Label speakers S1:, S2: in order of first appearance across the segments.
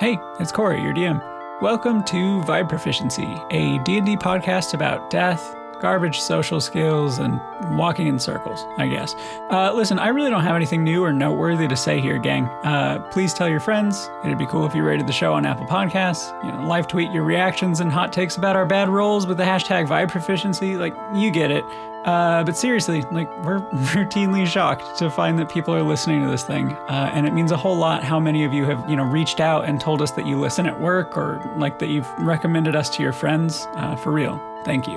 S1: Hey, it's Corey, your DM. Welcome to Vibe Proficiency, a D&D podcast about death, garbage social skills, and walking in circles, I guess. Uh, listen, I really don't have anything new or noteworthy to say here, gang. Uh, please tell your friends. It'd be cool if you rated the show on Apple Podcasts. You know, live tweet your reactions and hot takes about our bad rolls with the hashtag Vibe Proficiency. Like, you get it. Uh, but seriously, like we're routinely shocked to find that people are listening to this thing, uh, and it means a whole lot how many of you have you know reached out and told us that you listen at work or like that you've recommended us to your friends. Uh, for real, thank you.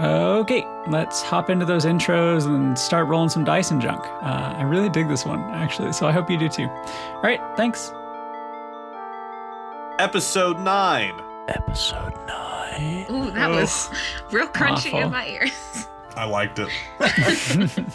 S1: Okay, let's hop into those intros and start rolling some dice and junk. Uh, I really dig this one actually, so I hope you do too. All right, thanks.
S2: Episode 9.
S3: Episode 9.
S4: Ooh, that was real crunchy
S1: Awful.
S4: in my ears.
S2: I liked it.
S4: Here-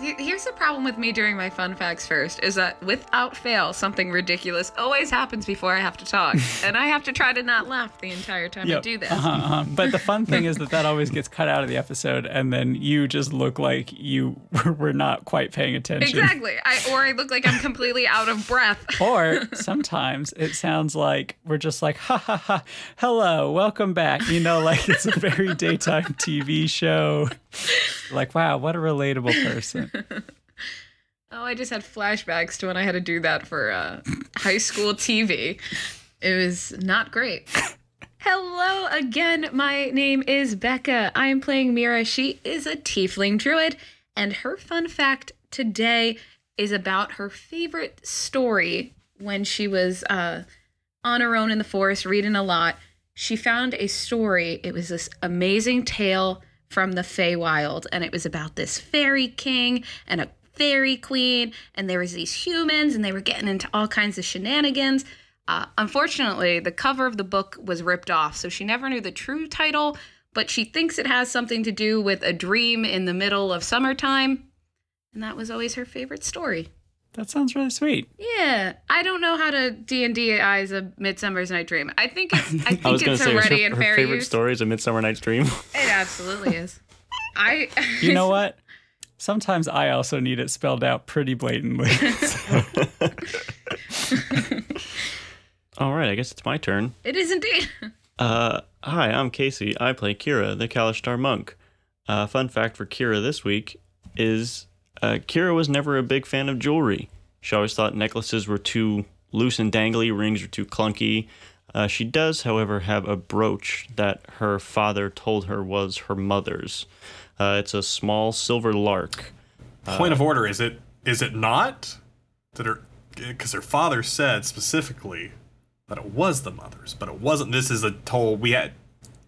S4: Here's the problem with me doing my fun facts first is that without fail, something ridiculous always happens before I have to talk. and I have to try to not laugh the entire time I
S1: Yep.
S4: do this.
S1: Uh-huh, uh-huh. But the fun thing is that that always gets cut out of the episode, and then you just look like you were not quite paying attention.
S4: Exactly. I, or I look like I'm completely out of breath.
S1: Or sometimes it sounds like we're just like, ha ha ha, hello, welcome back. You know, like it's a very daytime TV show. Like, wow, what a relatable person.
S4: Oh, I just had flashbacks to when I had to do that for uh, high school TV. It was not great. Hello again. My name is Becca. I am playing Mira. She is a tiefling druid, and her fun fact today is about her favorite story when she was uh, on her own in the forest reading a lot. She found a story. It was this amazing tale from the Feywild, and it was about this fairy king and a fairy queen, and there was these humans, and they were getting into all kinds of shenanigans. Uh, unfortunately, the cover of the book was ripped off, so she never knew the true title, but she thinks it has something to do with a dream in the middle of summertime, and that was always her favorite story.
S1: That sounds really sweet.
S4: Yeah, I don't know how to D and D eyes a Midsummer's Night Dream. I think it's I think
S3: I was going
S4: it's
S3: to say, was
S4: already
S3: her,
S4: in
S3: her
S4: fair
S3: favorite
S4: use.
S3: story is A Midsummer Night's Dream.
S4: It absolutely is. I
S1: You know what? Sometimes I also need it spelled out pretty blatantly.
S3: All right, I guess it's my turn.
S4: it is indeed.
S3: Uh, hi, I'm Casey. I play Kira, the Kalishtar monk. Uh, fun fact for Kira this week is uh, Kira was never a big fan of jewelry. She always thought necklaces were too loose and dangly, rings were too clunky. Uh, she does, however, have a brooch that her father told her was her mother's. Uh, it's a small silver lark.
S2: Point of order, is it is it not? Did her cuz her father said specifically that it was the mother's, but it wasn't. This is a toll we had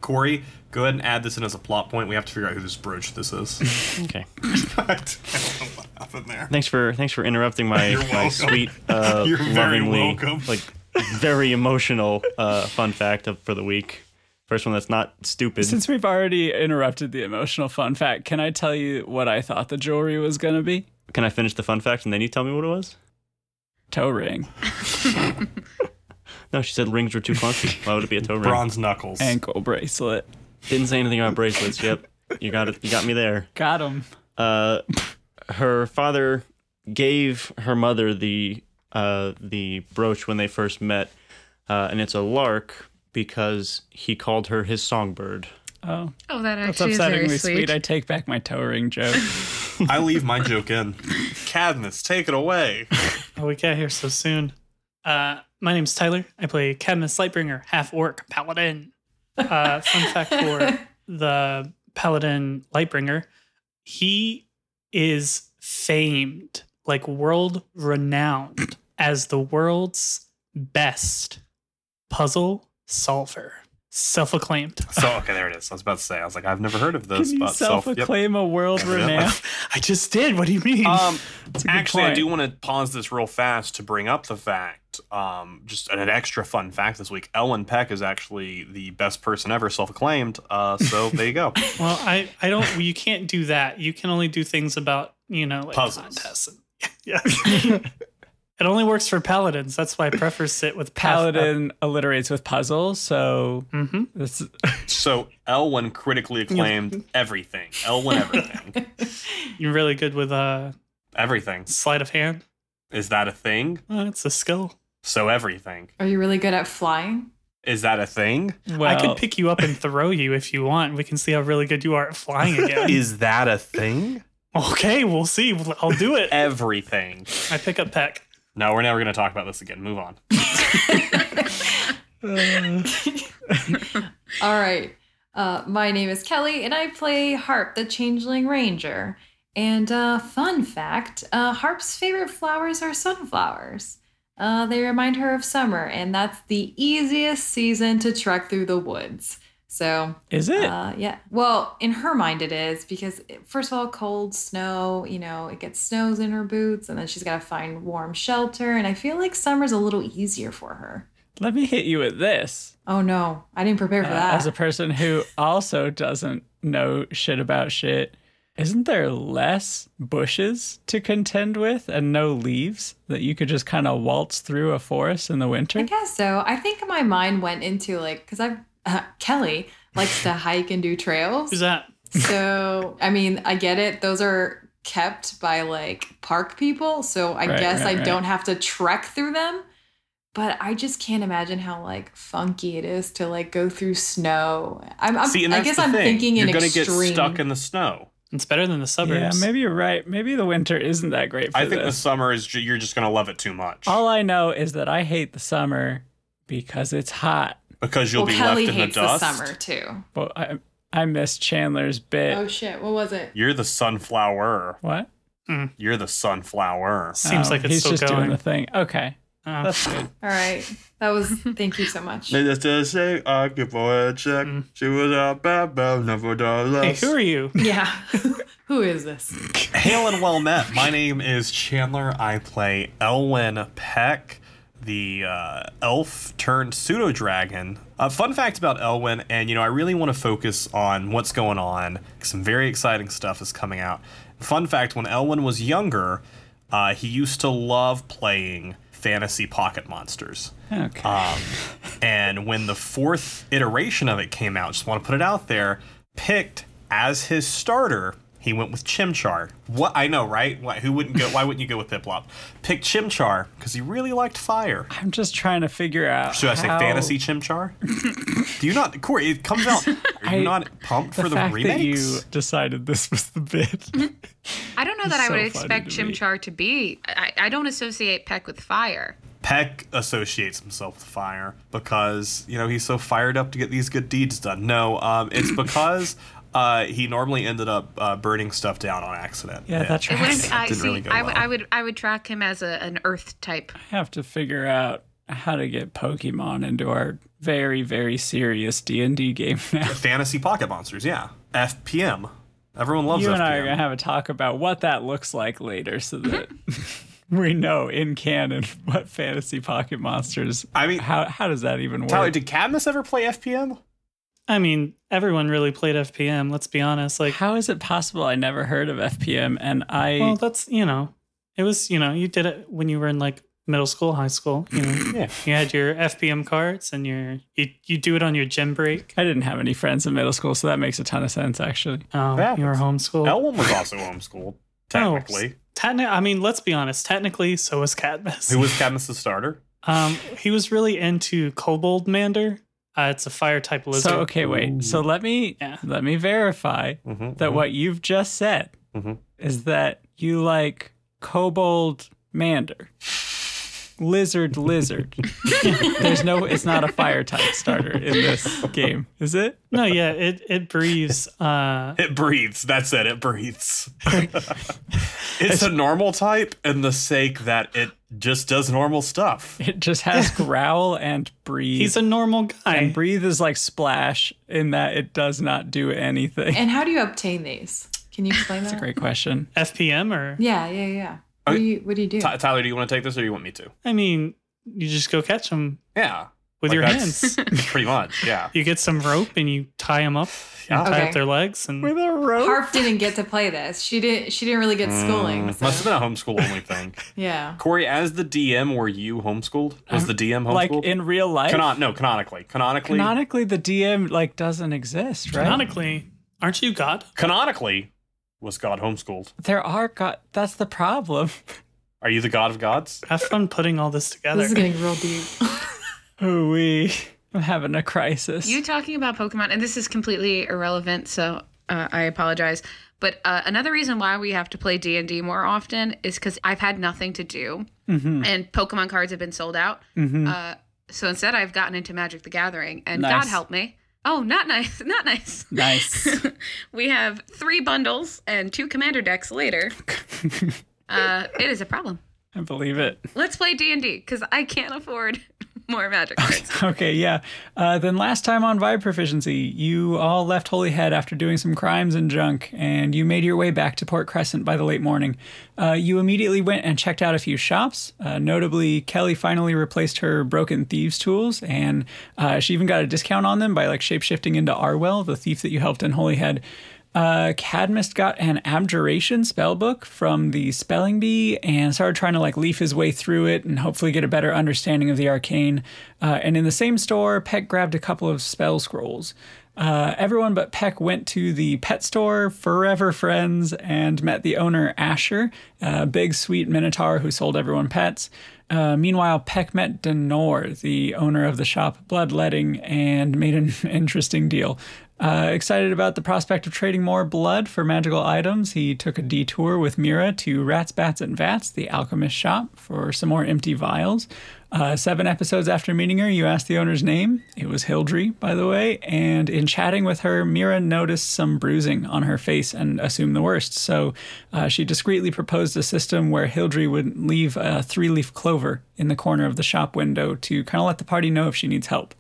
S2: Corey, go ahead and add this in as a plot point. We have to figure out who this brooch this is.
S4: Hmm.
S3: Okay.
S2: I don't know what happened there.
S3: Thanks for thanks for interrupting my, my
S2: welcome.
S3: sweet, uh,
S2: You're very
S3: lovingly,
S2: welcome.
S3: like very emotional uh, fun fact of, for the week. First one that's not stupid.
S1: Since we've already interrupted the emotional fun fact, can I tell you what I thought the jewelry was going to be?
S3: Can I finish the fun fact and then you tell me what it was?
S1: Toe ring,
S3: No, she said rings were too clunky. Why would it be a toe ring?
S2: Bronze knuckles.
S1: ankle bracelet.
S3: Didn't say anything about bracelets. Yep, you got it. You got me there.
S1: Got him.
S3: Uh, her father gave her mother the uh, the brooch when they first met, uh, and it's a lark because he called her his songbird.
S1: Oh,
S4: Oh, that
S1: that's
S4: actually is very
S1: upsettingly
S4: sweet.
S1: sweet. I take back my toe ring joke.
S2: I leave my joke in. Cadmus, take it away.
S5: Oh, we got here so soon. Uh, my name's Tyler. I play Cadmus Lightbringer, half orc paladin. Uh, fun fact for the paladin Lightbringer, he is famed, like world renowned, as the world's best puzzle solver. Self acclaimed.
S2: So okay, there it is. I was about to say. I was like, I've never heard of
S1: Can
S2: this,
S1: you
S2: but self. Yep.
S1: self-acclaim a world renown?
S5: I just did. What do you mean?
S2: Um,
S1: That's a good
S2: actually, I
S1: point.
S2: do want to pause this real fast to bring up the fact, um, just an, an extra fun fact this week. Ellen Peck is actually the best person ever, self-acclaimed. Uh, so there you go.
S5: well, I, I don't. Well, you can't do that. You can only do things about you know like
S2: Puzzles.
S5: contests. And, yeah. it only works for paladins. That's why I preface it with
S1: Paladin alliterates with puzzle, so
S5: Mm-hmm.
S1: this
S2: So Elwin critically acclaimed everything. Elwin everything.
S5: You're really good with uh,
S2: everything.
S5: sleight of hand.
S2: Is that a thing?
S5: Well, it's a skill.
S2: So everything.
S6: Are you really good at flying?
S2: Is that a thing?
S5: I could pick you up and throw you if you want. We can see how really good you are at flying again.
S2: Is that a thing?
S5: okay, we'll see. I'll do it.
S2: Everything.
S5: I pick up Peck.
S2: No, we're never going to talk about this again. Move on.
S6: All right. Uh, my name is Kelly, and I play Harp, the Changeling Ranger. And uh, fun fact uh, Harp's favorite flowers are sunflowers. Uh, they remind her of summer, and that's the easiest season to trek through the woods. So,
S1: Is it?
S6: uh, yeah. Well, in her mind, it is because, it- first of all, cold, snow, you know, it gets snows in her boots, and then she's got to find warm shelter. And I feel like summer's a little easier for her.
S1: Let me hit you with this.
S6: Oh no, I didn't prepare for
S1: Uh,
S6: that.
S1: as a person who also doesn't know shit about shit, isn't there less bushes to contend with and no leaves that you could just kind of waltz through a forest in the
S6: I
S1: winter?
S6: guess so. I think my mind went into like because I've uh, Kelly likes to hike and do trails.
S5: Who's that?
S6: So I mean, I get it. Those are kept by like park people, so I
S1: Right,
S6: guess
S1: right,
S6: I
S1: right.
S6: don't have to trek through them. But I just can't imagine how like funky it is to like go through snow. I'm, I'm
S2: See, and
S6: I
S2: that's
S6: guess
S2: the
S6: I'm
S2: thing.
S6: thinking
S2: You're
S6: in
S2: gonna
S6: extreme.
S2: get stuck in the snow.
S5: It's better than the
S1: Yeah,
S5: suburbs.
S1: maybe you're right. Maybe the winter isn't that great for
S2: I think the
S1: this.
S2: summer is ju- you're just going to love it too much
S1: All I know is that I hate the summer because it's hot.
S2: because you'll
S6: well,
S2: be
S6: Kelly
S2: left in the
S6: hates
S2: dust.
S6: summer too.
S1: But I I miss Chandler's bit.
S6: Oh shit! What was it?
S2: You're the sunflower.
S1: what?
S2: You're the sunflower.
S5: Seems
S1: Oh,
S5: like it's
S1: he's
S5: still
S1: just
S5: going.
S1: doing the thing. Okay,
S5: Oh.
S1: that's good.
S6: All right, that was. Thank you so much.
S2: say I give her a check. She was a bad bad never
S5: Hey, who are you?
S6: Yeah. Who is this?
S2: Hail and well met. My name is Chandler. I play Elwyn Peck, the uh, elf turned pseudo dragon. A fun fact about Elwyn, and you know, I really want to focus on what's going on. Some very exciting stuff is coming out. Fun fact when Elwyn was younger, uh, he used to love playing fantasy pocket monsters.
S1: Okay.
S2: Ah. Um, And when the fourth iteration of it came out, just want to put it out there, picked as his starter, he went with Chimchar. What I know, right? Why, who wouldn't go? Why wouldn't you go with Piplop? Picked Chimchar because he really liked fire.
S1: I'm just trying to figure out.
S2: Should I say
S1: how
S2: fantasy Chimchar? Do you not, Corey? It comes out. Are you
S1: I-
S2: not pumped
S1: The
S2: for the
S1: fact that
S2: remakes?
S1: you decided this was the bit.
S4: I don't know that I
S1: so
S4: would
S1: funny
S4: expect
S1: to me.
S4: Chimchar to be. I, I don't associate Peck with fire.
S2: Peck associates himself with fire because you know he's so fired up to get these good deeds done. No, um, it's because uh, he normally ended up uh, burning stuff down on accident.
S1: yeah, that's
S4: It
S1: right.
S4: wouldn't. I
S2: didn't
S4: see.
S2: really go
S4: I, would-
S2: well.
S4: I would. I would track him as a, an earth type.
S1: have to figure out how to get Pokemon into our very very serious D and D game now.
S2: Fantasy pocket monsters, yeah. FPM. Everyone loves
S1: You
S2: FPM.
S1: and I are gonna have a talk about what that looks like later, so that we know in canon what fantasy pocket monsters.
S2: I mean-
S1: how how does that even work?
S2: Tyler, did Cadmus ever play FPM?
S5: I mean, everyone really played FPM. Let's be honest. Like,
S1: how is it possible I never heard of FPM and I
S5: well, that's you know, it was you know, you did it when you were in like middle school, high school. You know,
S2: Yeah.
S5: you had your FPM cards and your you you do it on your gym break.
S1: I didn't have any friends in middle school, so that makes a ton of sense actually.
S5: Um,
S2: That
S5: you were homeschooled.
S2: Elwyn was also homeschooled, technically.
S5: Techni- I mean, let's be honest. Technically, so was Cadmus.
S2: Who was Cadmus' starter?
S5: Um, he was really into Kobold Mander. Uh, it's a fire type lizard.
S1: So okay, wait. So let me
S5: Yeah.
S1: let me verify
S2: Mhm,
S1: that what you've just said
S2: Mhm.
S1: is that you like kobold mander. Lizard lizard. There's no it's not a fire type starter in this game, is it?
S5: No, yeah, it it breathes. Uh,
S2: It breathes. That's it. It breathes. it's a normal type in the sake that it just does normal stuff.
S1: It just has growl and breathe.
S5: he's a normal guy.
S1: and breathe is like splash in that it does not do anything.
S6: And how do you obtain these? Can you explain that?
S1: Great question.
S5: FPM or
S6: Yeah, yeah, yeah. What do you What do you do?
S2: Ty Tyler, do you want to take this or you want me to?
S5: I mean, you just go catch him
S2: Yeah.
S5: with
S2: Like
S5: your
S2: that's-
S5: hands.
S2: Pretty much. Yeah.
S5: You get some rope and you tie them up,
S1: Ah,
S2: Yeah.
S5: tie
S6: Okay.
S5: up their legs, and
S1: With a rope.
S6: Harp didn't get to play this. She didn't. She didn't really get
S7: Mm,
S6: schooling.
S2: Mm, Must have
S6: So.
S2: been a homeschool only thing.
S6: Yeah.
S2: Corey, as the DM, were you homeschooled? Was the DM homeschooled?
S1: like in real life.
S2: Canon- no, canonically. Canonically.
S1: Canonically, the DM like doesn't exist, right?
S5: canonically, aren't you God?
S2: canonically was God homeschooled.
S1: There are god. That's the problem.
S2: Are you the god of gods?
S5: Have fun putting all this together.
S8: This is getting real deep.
S1: Oh, we. I'm having a crisis.
S9: You talking about Pokemon, and this is completely irrelevant, so uh, I apologize. But uh, another reason why we have to play D and D more often is because I've had nothing to do,
S1: Mhm.
S9: and Pokemon cards have been sold out.
S1: Mhm.
S9: Uh, so instead, I've gotten into Magic the Gathering, and
S1: Nice.
S9: God help me. Oh, not nice, not nice.
S1: nice.
S9: we have three bundles and two commander decks later. uh, it is a problem.
S1: I believe it.
S9: Let's play D and D because I can't afford more Magic cards.
S1: Okay, yeah. Uh, then last time on Vibe Proficiency, you all left Holyhead after doing some crimes and junk, and you made your way back to Port Crescent by the late morning. Uh, you immediately went and checked out a few shops. Uh, notably, Kelly finally replaced her broken thieves' tools, and uh, she even got a discount on them by like shapeshifting into Arwell, the thief that you helped in Holyhead. Uh, Cadmus got an abjuration spell book from the spelling bee and started trying to like leaf his way through it and hopefully get a better understanding of the arcane. Uh, and in the same store, Peck grabbed a couple of spell scrolls. Uh, everyone but Peck went to the pet store, Forever Friends, and met the owner, Asher, a big sweet minotaur who sold everyone pets. Uh, meanwhile, Peck met Denor, the owner of the shop Bloodletting, and made an interesting deal. Uh, excited about the prospect of trading more blood for magical items, he took a detour with Mira to Rats, Bats, and Vats, the alchemist shop, for some more empty vials. Uh, seven episodes after meeting her, you asked the owner's name. It was Hildry, by the way. And in chatting with her, Mira noticed some bruising on her face and assumed the worst. So uh, she discreetly proposed a system where Hildry would leave a three leaf clover in the corner of the shop window to kind of let the party know if she needs help.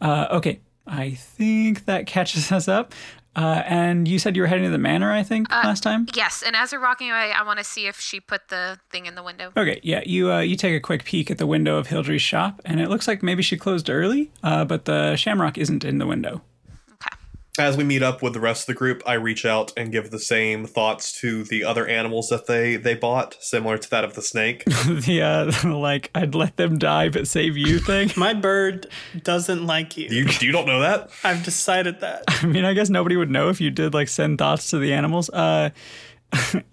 S1: Uh, okay, I think that catches us up. Uh, and you said you were heading to the manor, I think, last time?
S9: yes, and as we're walking away, I want to see if she put the thing in the window.
S1: Okay, yeah, you uh, you take a quick peek at the window of Hildry's shop, and it looks like maybe she closed early, uh, but the shamrock isn't in the window.
S9: Okay.
S7: As we meet up with the rest of the group, I reach out and give the same thoughts to the other animals that they they bought, similar to that of the snake.
S1: the uh, like I'd let them die but save you thing.
S5: My bird doesn't like you.
S7: you you don't know that?
S5: I've decided that.
S1: I mean, I guess nobody would know if you did like send thoughts to the animals. Uh,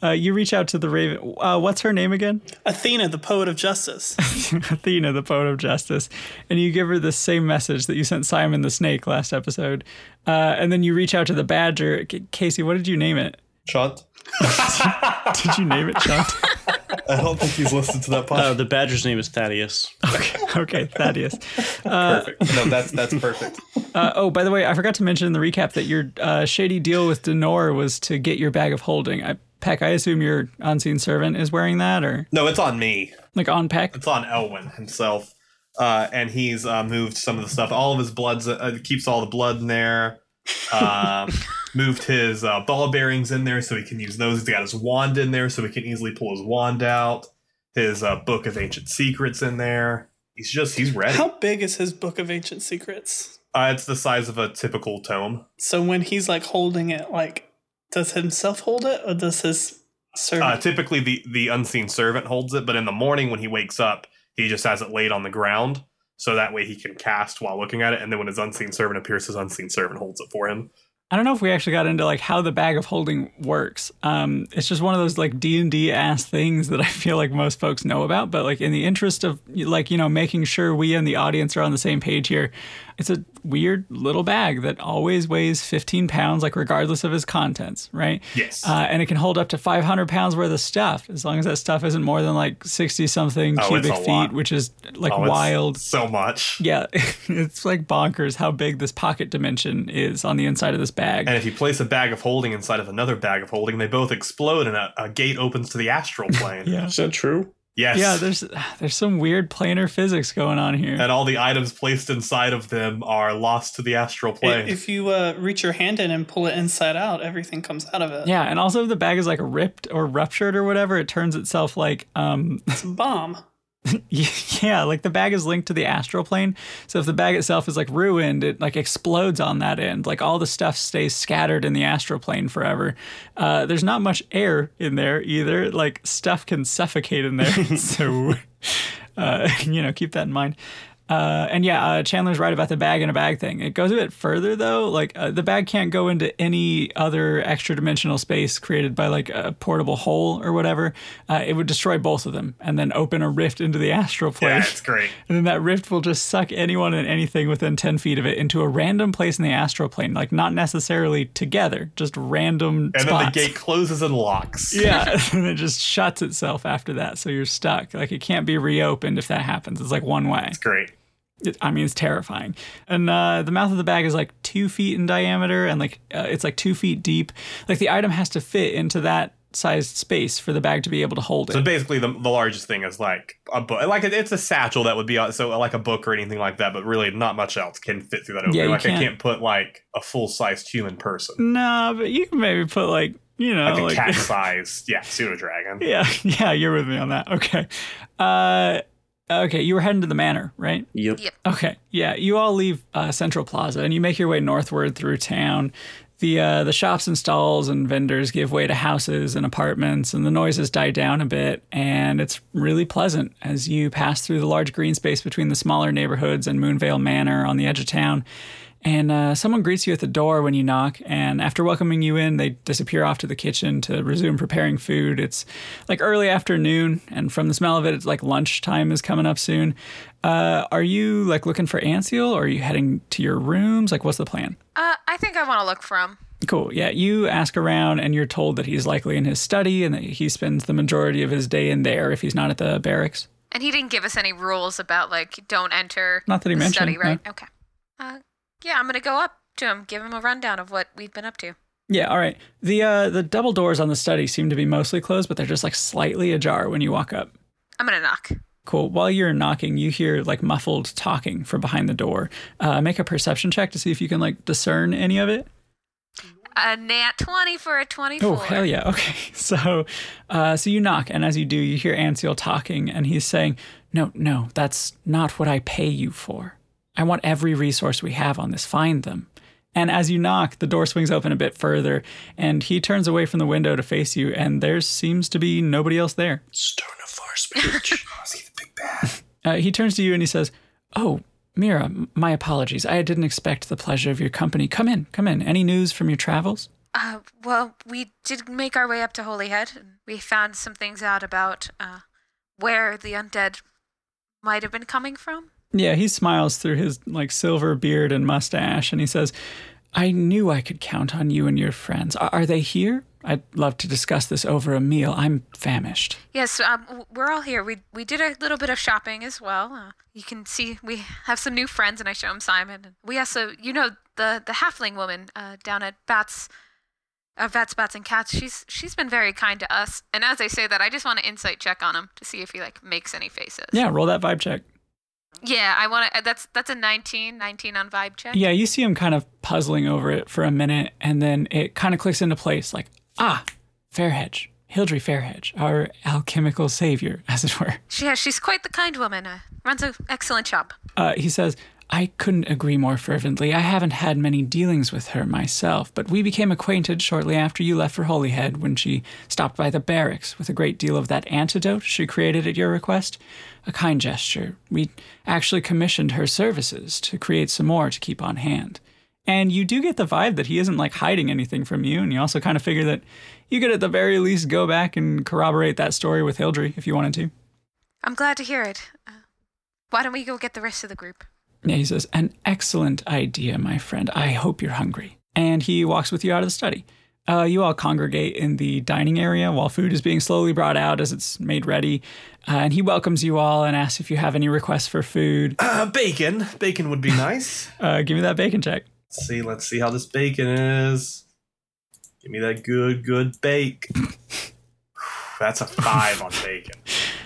S1: uh, you reach out to the raven. Uh, what's her name again?
S5: Athena, the poet of justice.
S1: Athena, the poet of justice, and you give her the same message that you sent Simon the snake last episode. Uh, and then you reach out to the badger. C- Casey, what did you name it?
S7: Chunt?
S1: Did you name it Chunt?
S7: I don't think he's listened to that
S3: Uh,
S7: podcast.
S3: the badger's name is Thaddeus.
S1: okay, Thaddeus.
S7: perfect. No, that's that's perfect.
S1: Uh, oh, by the way, I forgot to mention in the recap that your uh, shady deal with Denor was to get your bag of holding. I, Peck, I assume your unseen servant is wearing that, or
S7: No, it's on me.
S1: like on Peck.
S7: It's on Elwin himself, uh, and he's uh, moved some of the stuff. All of his bloods uh, keeps all the blood in there. Uh, moved his uh, ball bearings in there so he can use those. He's got his wand in there so he can easily pull his wand out. His uh, book of ancient secrets in there. He's just he's ready.
S5: How big is his book of ancient secrets?
S7: Uh, it's the size of a typical tome.
S5: So when he's like holding it, like, does himself hold it or does his
S7: Uh,
S2: Ah,
S5: servant?
S7: typically, the the unseen servant holds it, but in the morning when he wakes up, he just has it laid on the ground so that way he can cast while looking at it. And then when his unseen servant appears, his unseen servant holds it for him.
S1: I don't know if we actually got into like how the bag of holding works. Um, it's just one of those like D and D ass things that I feel like most folks know about. But like in the interest of like you know making sure we and the audience are on the same page here, it's a weird little bag that always weighs 15 pounds, like regardless of its contents, right?
S7: Yes.
S1: Uh, and it can hold up to 500 pounds worth of stuff, as long as that stuff isn't more than like 60 something
S7: Oh, it's
S1: cubic
S7: a
S1: feet,
S7: lot.
S1: which is like
S7: Oh, it's
S1: wild.
S7: so much.
S1: Yeah, it's like bonkers how big this pocket dimension is on the inside of this bag.
S7: And if you place a bag of holding inside of another bag of holding, they both explode and a, a gate opens to the astral plane.
S1: yeah.
S3: that true?
S7: Yes.
S1: Yeah, there's there's some weird planar physics going on here.
S7: and all the items placed inside of them are lost to the astral
S5: I-
S7: plane.
S5: If you uh, reach your hand in and pull it inside out, everything comes out of it.
S1: Yeah, and also if the bag is like ripped or ruptured or whatever, it turns itself like um
S5: It's a bomb.
S1: yeah, like the bag is linked to the astral plane. So if the bag itself is like ruined, it like explodes on that end. Like all the stuff stays scattered in the astral plane forever. Uh, there's not much air in there either. Like stuff can suffocate in there. so, uh, you know, keep that in mind. Uh, and yeah, uh, Chandler's right about the bag in a bag thing. It goes a bit further though. Like uh, the bag can't go into any other extra dimensional space created by like a portable hole or whatever. Uh, it would destroy both of them and then open a rift into the astral plane.
S7: Yeah, it's great.
S1: And then that rift will just suck anyone and anything within 10 feet of it into a random place in the astral plane, like not necessarily together, just random
S7: And then the
S1: spots.
S7: gate closes and locks.
S1: yeah, and it just shuts itself after that, so you're stuck. Like it can't be reopened if that happens. It's like one way.
S7: It's great.
S1: It, I mean, it's terrifying. And uh, the mouth of the bag is like two feet in diameter, and like uh, it's like two feet deep. Like the item has to fit into that sized space for the bag to be able to hold it.
S7: So basically, the, the largest thing is like a book, like it- it's a satchel that would be uh, so like a book or anything like that. But really, not much else can fit through that opening.
S1: Yeah, you
S7: like
S1: can't.
S7: I can't put like a full sized human person,
S1: nah, but you can maybe put like you know
S7: like a cat sized, yeah, pseudo dragon.
S1: Yeah, yeah, you're with me on that. Okay. Uh okay, you were heading to the manor, right?
S3: Yep.
S1: Okay. Yeah, you all leave uh, Central Plaza and you make your way northward through town. The uh, the shops and stalls and vendors give way to houses and apartments and the noises die down a bit and it's really pleasant as you pass through the large green space between the smaller neighborhoods and Moonvale Manor on the edge of town. And uh, someone greets you at the door when you knock. And after welcoming you in, they disappear off to the kitchen to resume preparing food. It's like early afternoon, and from the smell of it, it's like lunchtime is coming up soon. Uh, are you like looking for Anseal, or are you heading to your rooms? Like, what's the plan?
S9: Uh, I think I want to look from.
S1: Cool. Yeah, you ask around, and you're told that he's likely in his study, and that he spends the majority of his day in there if he's not at the barracks.
S9: And he didn't give us any rules about like don't enter.
S1: Not that he
S9: the
S1: mentioned,
S9: Study,
S1: no.
S9: right? Okay. Uh, yeah, I'm gonna go up to him, give him a rundown of what we've been up to.
S1: Yeah, all right. The uh, the double doors on the study seem to be mostly closed, but they're just like slightly ajar when you walk up.
S9: I'm gonna knock.
S1: Cool. While you're knocking, you hear like muffled talking from behind the door. Uh, make a perception check to see if you can like discern any of it.
S9: A nat 20 for a 24.
S1: Oh hell yeah! Okay, so uh, so you knock, and as you do, you hear Anseal talking, and he's saying, "No, no, that's not what I pay you for. I want every resource we have on this. Find them." And as you knock, the door swings open a bit further, and he turns away from the window to face you, and there seems to be nobody else there. Uh, he turns to you and he says, Oh, Mira, m- my apologies. I didn't expect the pleasure of your company. Come in, come in. Any news from your travels?
S9: Uh, well, we did make our way up to Holyhead. And we found some things out about uh, where the undead might have been coming from.
S1: Yeah, he smiles through his like silver beard and mustache and he says, I knew I could count on you and your friends. Are, are they here? I'd love to discuss this over a meal. I'm famished.
S9: Yes, um, w- we're all here. We we did a little bit of shopping as well. Uh, you can see we have some new friends, and I show him Simon. We also, you know, the the halfling woman uh, down at Bats, uh, Bats, Bats and Cats. She's she's been very kind to us. And as I say that, I just want to insight check on him to see if he like makes any faces.
S1: Yeah, roll that vibe check.
S9: Yeah, I want to. That's that's a 19, 19 on vibe check.
S1: Yeah, you see him kind of puzzling over it for a minute, and then it kind of clicks into place like, ah, Fairhedge, Hildry Fairhedge, our alchemical savior, as it were.
S9: She has. She's quite the kind woman. Uh, runs an excellent shop.
S1: Uh, he says, I couldn't agree more fervently. I haven't had many dealings with her myself, but we became acquainted shortly after you left for Holyhead when she stopped by the barracks with a great deal of that antidote she created at your request. A kind gesture. We actually commissioned her services to create some more to keep on hand. And you do get the vibe that he isn't like hiding anything from you, and you also kind of figure that you could at the very least go back and corroborate that story with Hildry if you wanted to.
S9: I'm glad to hear it. Uh, why don't we go get the rest of the group?
S1: Yeah, he says, An excellent idea, my friend. I hope you're hungry. And he walks with you out of the study. Uh, you all congregate in the dining area while food is being slowly brought out as it's made ready. Uh, and he welcomes you all and asks if you have any requests for food.
S7: Uh, bacon, bacon would be nice.
S1: Uh, give me that bacon check.
S7: let's see, let's see how this bacon is. Give me that good, good bake. That's a five on bacon.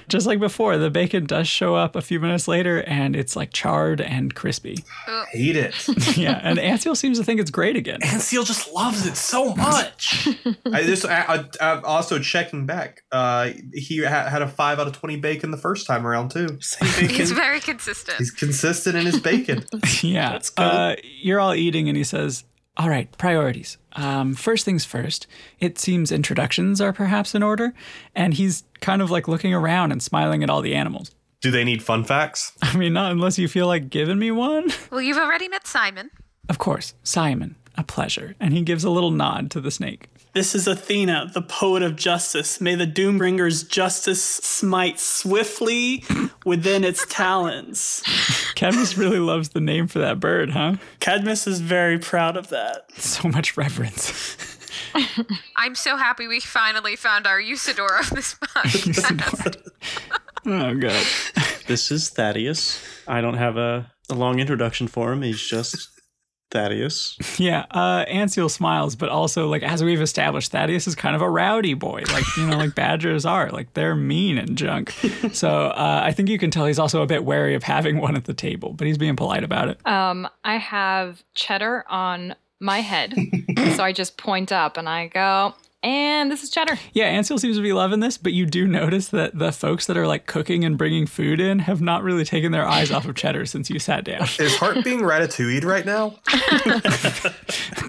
S1: Just like before, the bacon does show up a few minutes later and it's like charred and crispy.
S7: Hate it.
S1: yeah, and Anseal seems to think it's great again.
S7: And Seal just loves it so much. I just, I, I, I'm also checking back. Uh, he ha- had a five out of twenty bacon the first time around too.
S5: Same
S9: He's
S5: bacon.
S9: very consistent.
S7: He's consistent in his bacon.
S1: yeah.
S5: That's good.
S1: Uh, you're all eating, and he says, All right, priorities. Um, first things first, it seems introductions are perhaps in order. And he's kind of like looking around and smiling at all the animals.
S7: Do they need fun facts?
S1: I mean, not unless you feel like giving me one.
S9: Well, you've already met Simon.
S1: Of course, Simon, a pleasure. And he gives a little nod to the snake.
S5: This is Athena, the poet of justice. May the Doombringer's justice smite swiftly within its talons.
S1: Cadmus really loves the name for that bird, huh?
S5: Cadmus is very proud of that.
S1: So much reverence.
S9: I'm so happy we finally found our Usador of this podcast.
S1: Oh, God.
S3: This is Thaddeus. I don't have a, a long introduction for him. He's just Thaddeus.
S1: Yeah, uh, Anseal smiles, but also, like, as we've established, Thaddeus is kind of a rowdy boy. Like, you know, like badgers are. Like, they're mean and junk. So uh, I think you can tell he's also a bit wary of having one at the table, but he's being polite about it.
S6: Um, I have cheddar on my head, so I just point up and I go, and this is cheddar.
S1: Yeah, Anseal seems to be loving this, but you do notice that the folks that are, like, cooking and bringing food in have not really taken their eyes off of Cheddar since you sat down.
S7: Is Hart being ratatouille right now?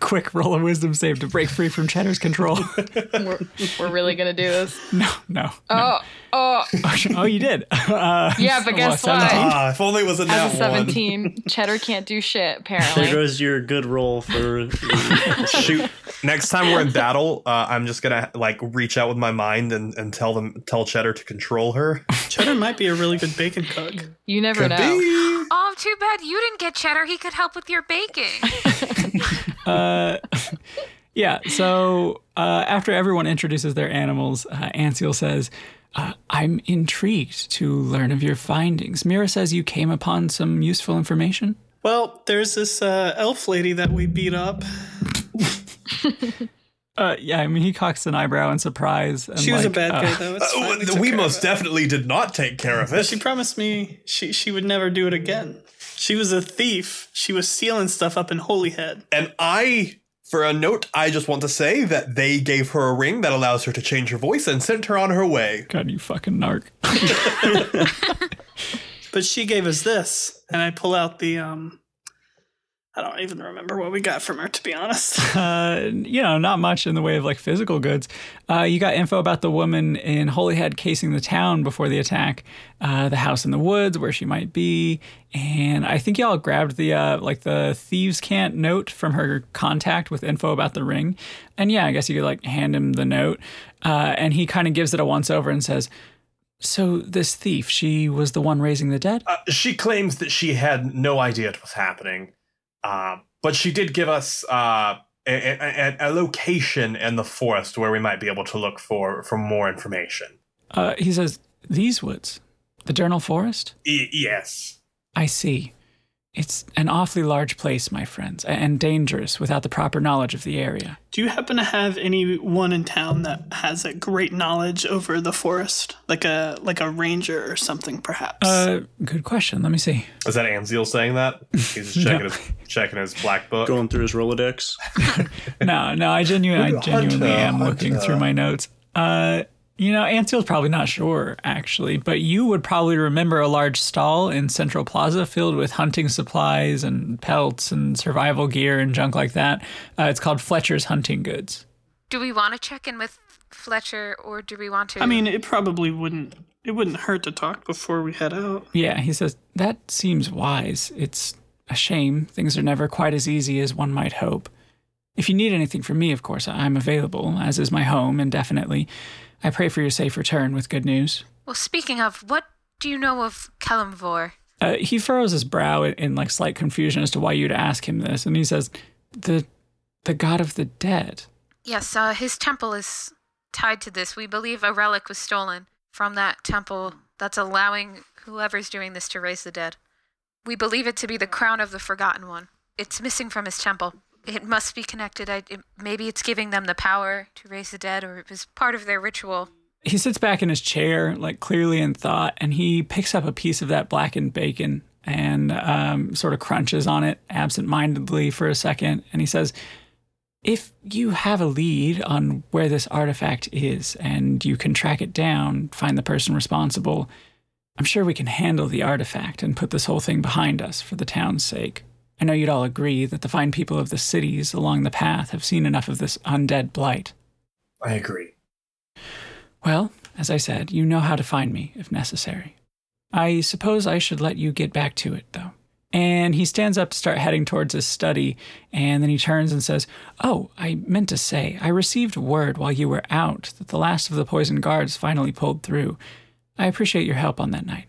S1: Quick roll a wisdom save to break free from Cheddar's control.
S6: We're, we're really gonna do this.
S1: no, no.
S6: Oh, oh,
S1: oh, you did. Uh,
S6: yeah, but guess
S1: well,
S6: what?
S7: Ah, if only it was a
S6: As
S7: nat
S6: a
S7: one.
S6: 17, cheddar can't do shit,
S3: There
S6: apparently.
S3: goes your good roll for.
S7: Shoot. Next time we're in battle, uh, I'm just gonna like reach out with my mind and, and tell them tell Cheddar to control her.
S5: Cheddar might be a really good bacon cook.
S6: You never
S7: Could
S6: know.
S7: be.
S9: Oh, too bad you didn't get cheddar. He could help with your baking.
S1: Uh, yeah, so uh, after everyone introduces their animals, uh, Anseal says, uh, I'm intrigued to learn of your findings. Mira says you came upon some useful information.
S5: Well, there's this uh, elf lady that we beat up.
S1: Uh, yeah, I mean, he cocks an eyebrow in surprise. And
S5: She was a
S1: like,
S5: bad
S1: uh,
S5: guy, though. It's
S7: Oh,
S5: fine.
S7: th-
S5: took
S7: we
S5: care of
S7: most
S5: it.
S7: definitely did not take care of it.
S5: She promised me she, she would never do it again. She was a thief. She was stealing stuff up in Holyhead.
S7: And I, for a note, I just want to say that they gave her a ring that allows her to change her voice and sent her on her way.
S1: God, you fucking narc.
S5: But she gave us this, and I pull out the um. I don't even remember what we got from her, to be honest.
S1: uh, you know, not much in the way of like physical goods. Uh, you got info about the woman in Holyhead casing the town before the attack, uh, the house in the woods where she might be, and I think y'all grabbed the uh, like the thieves can't note from her contact with info about the ring, and yeah, I guess you could like hand him the note, uh, and he kind of gives it a once over and says. So this thief, she was the one raising the dead.
S7: Uh, she claims that she had no idea it was happening, uh, but she did give us uh, a, a, a- a location in the forest where we might be able to look for for more information.
S1: Uh, he says these woods, the Durnal Forest.
S7: Y- yes.
S1: I see. It's an awfully large place, my friends, a- and dangerous without the proper knowledge of the area.
S5: Do you happen to have anyone in town that has a great knowledge over the forest, like a like a ranger or something, perhaps?
S1: Uh, good question. Let me see.
S7: Is that Anziel saying that? He's just checking his checking his black book.
S3: going through his Rolodex.
S1: No, no, I genuinely, I
S7: Hunter,
S1: genuinely am looking
S7: hunter.
S1: through my notes. Uh, you know, Anseal's probably not sure, actually, but you would probably remember a large stall in Central Plaza filled with hunting supplies and pelts and survival gear and junk like that. Uh, it's called Fletcher's Hunting Goods.
S9: Do we want to check in with Fletcher or do we want to?
S5: I mean, it probably wouldn't it wouldn't hurt to talk before we head out.
S1: Yeah, he says, that seems wise. It's a shame. Things are never quite as easy as one might hope. If you need anything from me, of course, I'm available, as is my home indefinitely. I pray for your safe return with good news.
S9: well, speaking of, what do you know of Kellamvor?
S1: Uh, he furrows his brow in, in like slight confusion as to why you'd ask him this, and he says, "the the god of the dead."
S9: Yes, uh, his temple is tied to this. We believe a relic was stolen from that temple that's allowing whoever's doing this to raise the dead. We believe it to be the crown of the Forgotten One. It's missing from his temple. It must be connected. I, it, maybe it's giving them the power to raise the dead, or it was part of their ritual.
S1: He sits back in his chair, like clearly in thought, and he picks up a piece of that blackened bacon and um, sort of crunches on it absentmindedly for a second. And he says, If you have a lead on where this artifact is and you can track it down, find the person responsible, I'm sure we can handle the artifact and put this whole thing behind us for the town's sake. I know you'd all agree that the fine people of the cities along the path have seen enough of this undead blight.
S7: I agree.
S1: Well, as I said, you know how to find me if necessary. I suppose I should let you get back to it, though. And he stands up to start heading towards his study, and then he turns and says, Oh, I meant to say, I received word while you were out that the last of the poison guards finally pulled through. I appreciate your help on that night.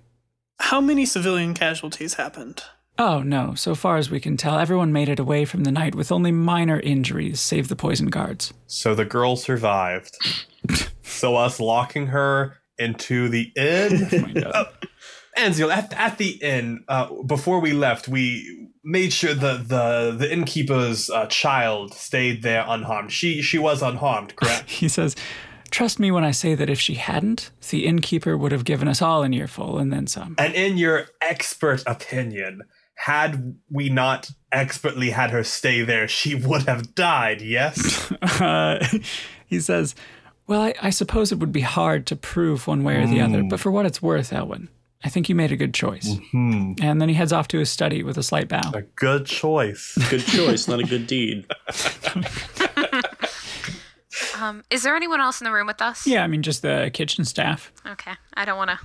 S5: How many civilian casualties happened?
S1: Oh, no, so far as we can tell, everyone made it away from the night with only minor injuries, save the poison guards.
S7: So the girl survived. so us locking her into the inn. Anzio, at, at the inn, uh, before we left, we made sure the the, the innkeeper's uh, child stayed there unharmed. She she was unharmed, correct?
S1: He says, Trust me when I say that if she hadn't, the innkeeper would have given us all an earful and then some.
S7: and in your expert opinion, had we not expertly had her stay there, she would have died. Yes.
S1: Uh, he says, Well, I, I suppose it would be hard to prove one way or the other, but for what it's worth, Elwin, I think you made a good choice.
S7: hmm.
S1: And then he heads off to his study with a slight bow.
S7: A good choice.
S3: Good choice, not a good deed.
S9: Um, is there anyone else in the room with us?
S1: Yeah, I mean, just the kitchen staff.
S9: Okay. I don't want to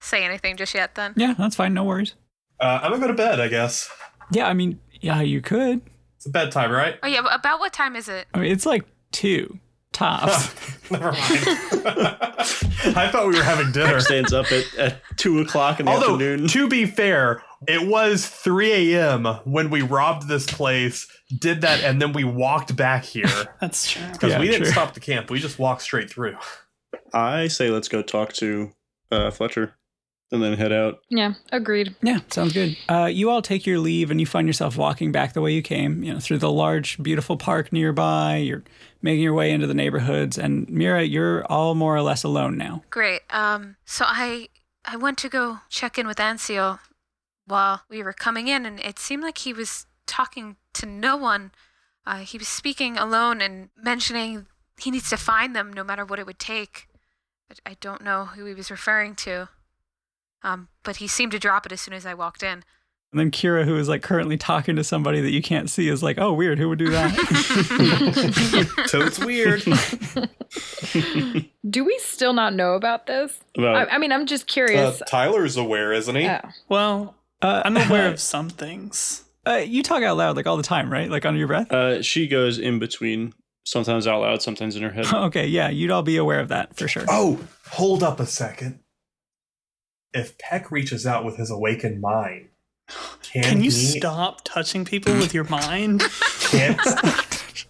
S9: say anything just yet then.
S1: Yeah, that's fine. No worries.
S7: Uh, I'm gonna go to bed, I guess.
S1: Yeah, I mean, yeah, you could.
S7: It's bedtime, right?
S9: Oh, yeah. but About what time is it?
S1: I mean, it's like two tops.
S7: Never mind. I thought we were having dinner.
S3: Stands up at, at two o'clock in the
S7: Although,
S3: afternoon.
S7: to be fair, it was 3 a.m. when we robbed this place, did that, and then we walked back here
S5: That's true.
S7: because
S1: Yeah,
S7: we didn't
S1: true.
S7: stop the camp. We just walked straight through.
S3: I say let's go talk to uh, Fletcher and then head out.
S6: Yeah, agreed.
S1: Yeah, sounds good. Uh, you all take your leave and you find yourself walking back the way you came, you know, through the large, beautiful park nearby. You're making your way into the neighborhoods. And Mira, you're all more or less alone now.
S9: Great. Um, so I I went to go check in with Ancio while we were coming in, and it seemed like he was talking to no one. Uh, he was speaking alone and mentioning he needs to find them no matter what it would take. But I don't know who he was referring to. Um, but he seemed to drop it as soon as I walked in.
S1: And then Kira, who is like currently talking to somebody that you can't see, is like, oh, weird, who would do that?
S7: So it's weird.
S6: Do we still not know about this?
S3: About
S7: Uh,
S6: I, I mean, I'm just curious.
S7: Tyler's aware, isn't he?
S6: oh.
S5: Well,
S1: uh,
S5: I'm aware of some things.
S1: Uh, you talk out loud like all the time, right? Like under your breath?
S3: uh, she goes in between, sometimes out loud, sometimes in her head.
S1: okay, yeah, you'd all be aware of that for sure.
S7: Oh, hold up a second. If Peck reaches out with his awakened mind, can,
S5: Can
S7: he,
S5: you stop touching people with your mind?
S7: Can,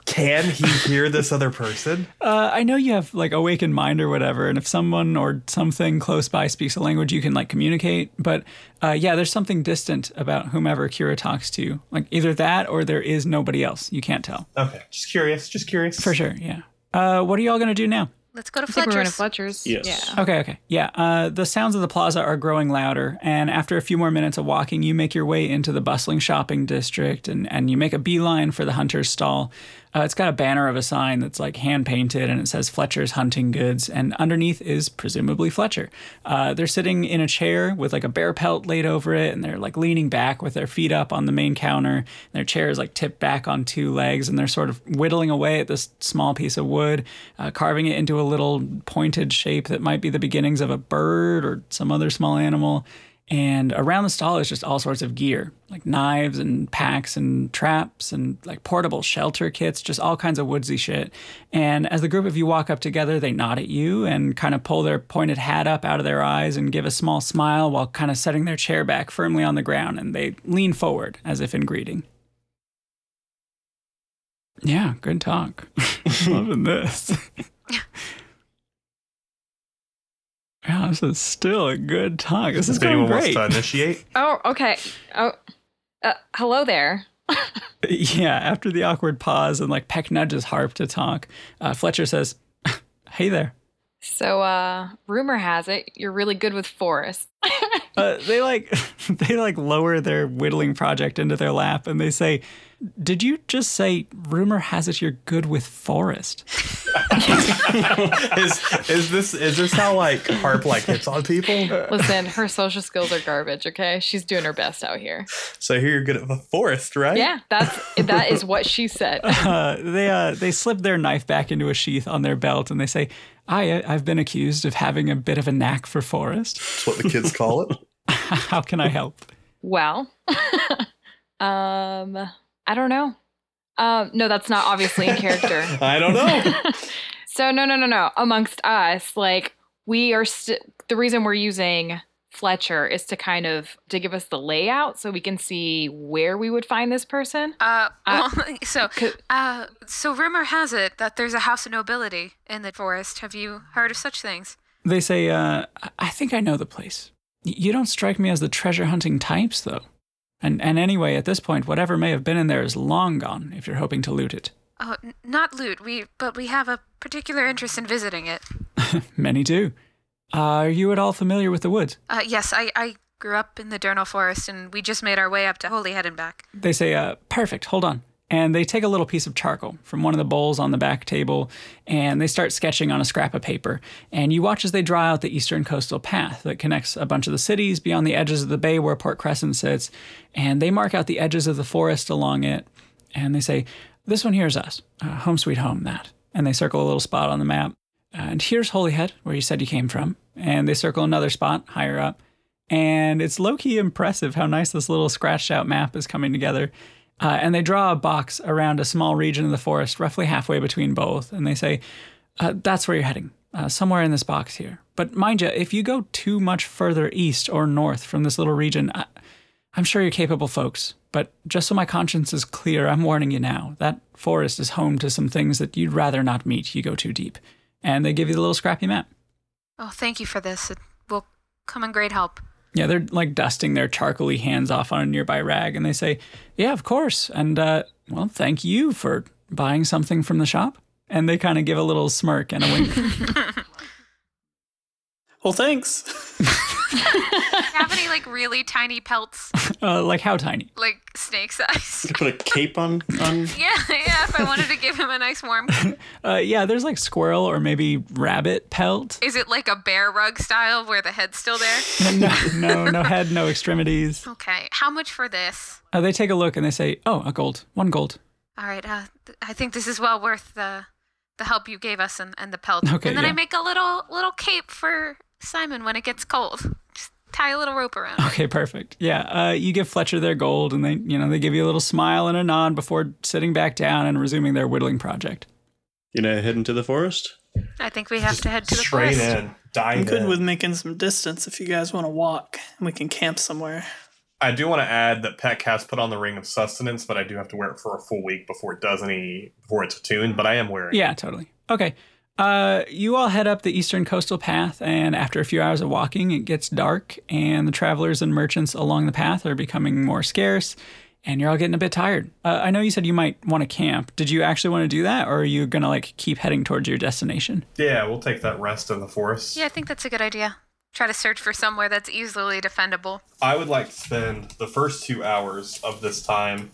S7: can he hear this other person?
S1: Uh, I know you have like awakened mind or whatever, and if someone or something close by speaks a language, you can like communicate. But uh, yeah, there's something distant about whomever Kira talks to. Like either that or there is nobody else. You can't tell.
S7: Okay, just curious. Just curious.
S1: For sure, yeah. Uh, what are y'all gonna do now?
S9: Let's go to
S6: I think we're going to
S9: Fletcher's.
S6: Fletcher's.
S3: Yes.
S6: Yeah.
S1: Okay, okay. Yeah, uh, the sounds of the plaza are growing louder, and after a few more minutes of walking, you make your way into the bustling shopping district and, and you make a beeline for the hunter's stall. Uh, it's got a banner of a sign that's like hand painted and it says Fletcher's Hunting Goods, and underneath is presumably Fletcher. Uh, they're sitting in a chair with like a bear pelt laid over it, and they're like leaning back with their feet up on the main counter. Their chair is like tipped back on two legs, and they're sort of whittling away at this small piece of wood, uh, carving it into a little pointed shape that might be the beginnings of a bird or some other small animal. And around the stall is just all sorts of gear, like knives and packs and traps and like portable shelter kits, just all kinds of woodsy shit. And as the group of you walk up together, they nod at you and kind of pull their pointed hat up out of their eyes and give a small smile while kind of setting their chair back firmly on the ground. And they lean forward as if in greeting. Yeah, good talk. Loving this. yeah, this is still a good talk. This is
S7: If
S1: going
S7: anyone
S1: great.
S7: wants to initiate,
S6: Oh, okay. Oh, uh, hello there.
S1: Yeah, after the awkward pause and like Peck nudges Harp to talk, uh, Fletcher says, "Hey there."
S6: So, uh, rumor has it you're really good with forest.
S1: Uh, they like they like lower their whittling project into their lap and they say, "Did you just say rumor has it you're good with forest?"
S7: is is this is this how like harp like hits on people?
S6: Listen, her social skills are garbage. Okay, she's doing her best out here.
S7: So I hear you're good at the forest, right?
S6: Yeah, that's that is what she said.
S1: Uh, they uh, they slip their knife back into a sheath on their belt and they say, "I I've been accused of having a bit of a knack for forest."
S7: That's what the kids call it.
S1: How can I help?
S6: Well, um, I don't know. Um, no, that's not obviously in character.
S7: I don't know.
S6: so no, no, no, no. Amongst us, like we are. St- the reason we're using Fletcher is to kind of to give us the layout so we can see where we would find this person.
S4: Uh,
S6: Uh,
S4: well, so,
S6: c-
S4: uh, so rumor has it that there's a house of nobility in the forest. Have you heard of such things?
S1: They say, uh, I- I think I know the place. Y- You don't strike me as the treasure hunting types, though. And, and anyway, at this point, whatever may have been in there is long gone if you're hoping to loot it.
S4: Oh, n- not loot. We, but we have a particular interest in visiting it.
S1: Many do. Uh, are you at all familiar with the woods?
S4: Uh, yes, I, I grew up in the Durnal Forest, and we just made our way up to Holyhead and back.
S1: They say, uh, perfect, hold on. And they take a little piece of charcoal from one of the bowls on the back table and they start sketching on a scrap of paper. And you watch as they draw out the eastern coastal path that connects a bunch of the cities beyond the edges of the bay where Port Crescent sits. And they mark out the edges of the forest along it. And they say, this one here is us, uh, home sweet home, that. And they circle a little spot on the map. And here's Holyhead, where you said you came from. And they circle another spot higher up. And it's low key impressive how nice this little scratched out map is coming together. Uh, and they draw a box around a small region of the forest, roughly halfway between both. And they say, uh, That's where you're heading, uh, somewhere in this box here. But mind you, if you go too much further east or north from this little region, I, I'm sure you're capable folks. But just so my conscience is clear, I'm warning you now. That forest is home to some things that you'd rather not meet. You go too deep. And they give you the little scrappy map.
S4: Oh, thank you for this. It will come in great help.
S1: Yeah, they're like dusting their charcoaly hands off on a nearby rag, and they say, "Yeah, of course." And uh, well, thank you for buying something from the shop. And they kind of give a little smirk and a wink.
S5: Well, thanks.
S4: Do you have any like really tiny pelts,
S1: uh, like how tiny?
S4: like snake size?
S3: You put a cape on on.
S4: yeah, yeah. If I wanted to give him a nice warm,
S1: Uh, yeah, there's like squirrel or maybe rabbit pelt.
S4: is it like a bear rug style where the head's still there?
S1: no, no, no head, no extremities.
S4: Okay. How much for this?
S1: Uh, they take a look and they say, "Oh, a gold, one gold."
S4: All right. Uh, th- I think this is well worth the the help you gave us and, and the pelt.
S1: Okay,
S4: and then
S1: yeah.
S4: I make a little little cape for Simon when it gets cold. Just tie a little rope around. it.
S1: Okay, perfect. Yeah, uh, you give Fletcher their gold, and they, you know, they give you a little smile and a nod before sitting back down and resuming their whittling project.
S3: You know, heading to the forest.
S4: I think we have to head to the
S7: Straight
S4: forest.
S7: in. Dive
S5: I'm good
S7: in.
S5: with making some distance if you guys want to walk and we can camp somewhere.
S7: I do want to add that Peck has put on the ring of sustenance, but I do have to wear it for a full week before it does any before it's attuned. But I am wearing. it.
S1: Yeah, totally. Okay. Uh, you all head up the eastern coastal path, and after a few hours of walking, it gets dark, and the travelers and merchants along the path are becoming more scarce, and you're all getting a bit tired. Uh, I know you said you might want to camp. Did you actually want to do that, or are you gonna like keep heading towards your destination?
S7: Yeah, we'll take that rest in the forest.
S4: Yeah, I think that's a good idea. Try to search for somewhere that's easily defendable.
S7: I would like to spend the first two hours of this time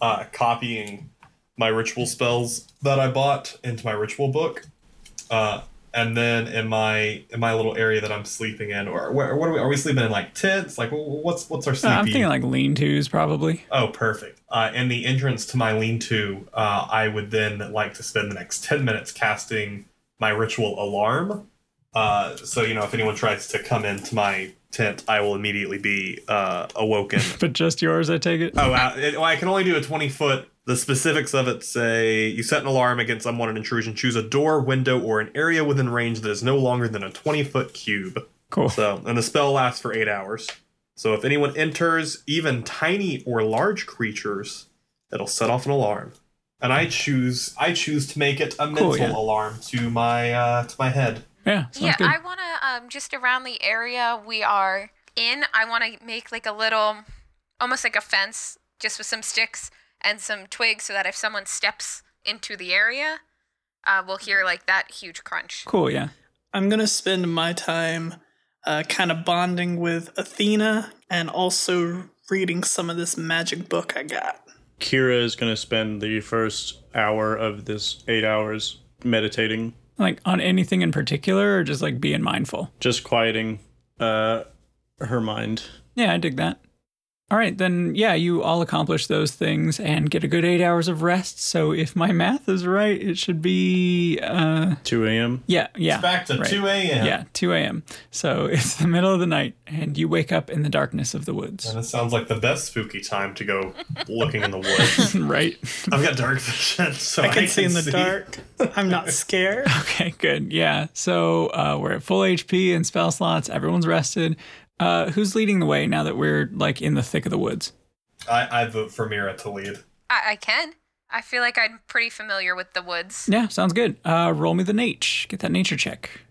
S7: uh, copying my ritual spells that I bought into my ritual book, uh, and then in my in my little area that I'm sleeping in, or where, what are we? Are we sleeping in like tents? Like wh- wh- what's what's our
S1: Uh,
S7: sleeping?
S1: I'm thinking like lean-tos probably.
S7: Oh, perfect. Uh, in the entrance to my lean to, uh, I would then like to spend the next 10 minutes casting my ritual alarm. Uh, so, you know, if anyone tries to come into my tent, I will immediately be uh, awoken.
S1: But just yours, I take it.
S7: oh, I, it, well, I can only do a 20 foot. The specifics of it say you set an alarm against unwanted intrusion, choose a door, window, or an area within range that is no longer than a 20 foot cube.
S1: Cool.
S7: So, and the spell lasts for eight hours. So, if anyone enters, even tiny or large creatures, it'll set off an alarm. And I choose, I choose to make it a mental
S1: yeah.
S7: alarm to my uh, to my head.
S1: Yeah, sounds
S4: yeah,
S1: good.
S4: I want to um, just around the area we are in. I want to make like a little, almost like a fence, just with some sticks and some twigs, so that if someone steps into the area, uh, we'll hear like that huge crunch.
S1: cool. Yeah.
S5: I'm going to spend my time uh, kind of bonding with Athena and also reading some of this magic book I got.
S3: Kira is going to spend the first hour of this eight hours meditating,
S1: Like on anything in particular, or just like being mindful.
S3: just quieting uh, her mind.
S1: Yeah, I dig that. All right, then, yeah, you all accomplish those things and get a good eight hours of rest. So, if my math is right, it should be, uh,
S3: 2 a.m.
S1: yeah, yeah.
S7: It's back to
S1: right.
S7: 2 a.m.
S1: Yeah, 2 a.m. So, it's the middle of the night, and you wake up in the darkness of the woods,
S7: And it sounds like the best spooky time to go looking in the woods.
S1: right?
S7: I've got dark vision, so
S5: I
S7: I
S5: can see in the dark. I'm not scared.
S1: Okay, good. Yeah. So uh, we're at full HP and spell slots. Everyone's rested. Uh, who's leading the way now that we're like in the thick of the woods?
S7: I, I vote for Mira to lead.
S9: I, I can. I feel like I'm pretty familiar with the woods.
S1: Yeah, sounds good. Uh, roll me the nature. Get that nature check.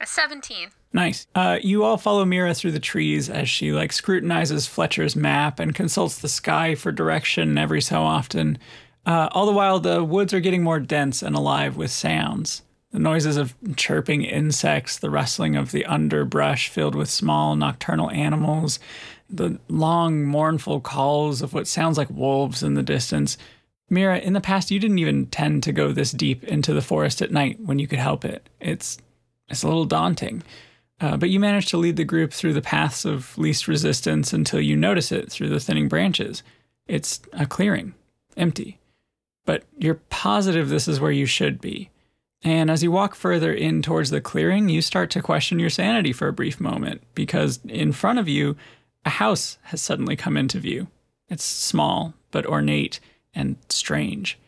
S9: A 17.
S1: Nice. Uh, you all follow Mira through the trees as she like scrutinizes Fletcher's map and consults the sky for direction every so often. Uh, all the while, the woods are getting more dense and alive with sounds. The noises of chirping insects, the rustling of the underbrush filled with small nocturnal animals, the long, mournful calls of what sounds like wolves in the distance. Mira, in the past, you didn't even tend to go this deep into the forest at night when you could help it. It's it's a little daunting. Uh, but you manage to lead the group through the paths of least resistance until you notice it through the thinning branches. It's a clearing, empty. But you're positive this is where you should be. And as you walk further in towards the clearing, you start to question your sanity for a brief moment because in front of you, a house has suddenly come into view. It's small, but ornate and strange.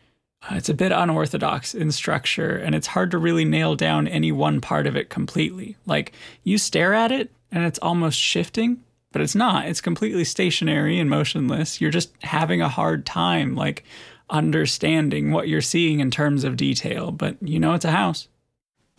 S1: Uh, It's a bit unorthodox in structure, and it's hard to really nail down any one part of it completely. Like, you stare at it, and it's almost shifting, but it's not. It's completely stationary and motionless. You're just having a hard time, like, understanding what you're seeing in terms of detail, but you know it's a house.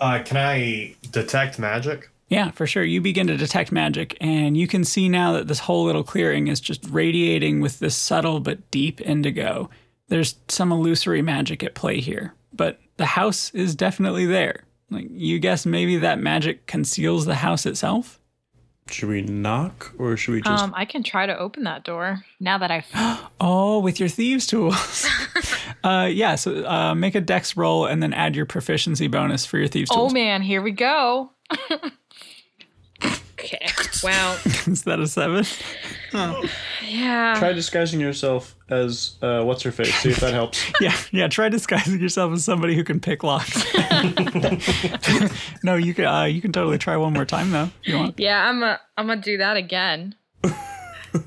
S7: Uh, can I detect magic?
S1: Yeah, for sure. You begin to detect magic, and you can see now that this whole little clearing is just radiating with this subtle but deep indigo. There's some illusory magic at play here, but the house is definitely there. Like, you guess maybe that magic conceals the house itself?
S3: Should we knock or should we just?
S6: Um, I can try to open that door now that I've.
S1: Oh, with your thieves' tools. uh, yeah, so uh, make a dex roll and then add your proficiency bonus for your thieves'
S6: oh
S1: tools.
S6: man, here we go.
S9: Okay. Wow.
S1: Is that a seven?
S6: Yeah.
S3: Try disguising yourself as uh, what's her face. See if that helps.
S1: Yeah, yeah. Try disguising yourself as somebody who can pick locks. no, you can. Uh, you can totally try one more time though. If you want?
S6: Yeah, I'm a, I'm gonna do that again.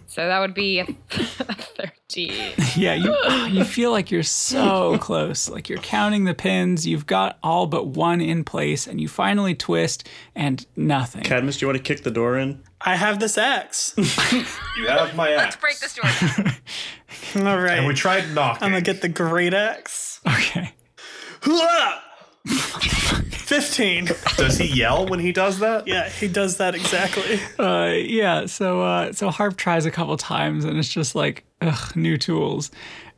S6: so that would be a 13.
S1: Yeah, you. ah, you feel like you're so close. Like you're counting the pins. You've got all but one in place, and you finally twist, and nothing.
S3: Cadmus, do you want to kick the door in?
S5: I have this axe.
S7: You have my
S9: Let's
S7: axe.
S9: break this door.
S5: All
S7: And we
S5: right.
S7: tried knocking.
S5: I'm going to get the great axe.
S1: Okay.
S5: Hooah! 15.
S7: Does he yell when he does that?
S5: Yeah, he does that exactly.
S1: Uh, yeah. So, uh, so Harp tries a couple times, and it's just like, ugh, new tools.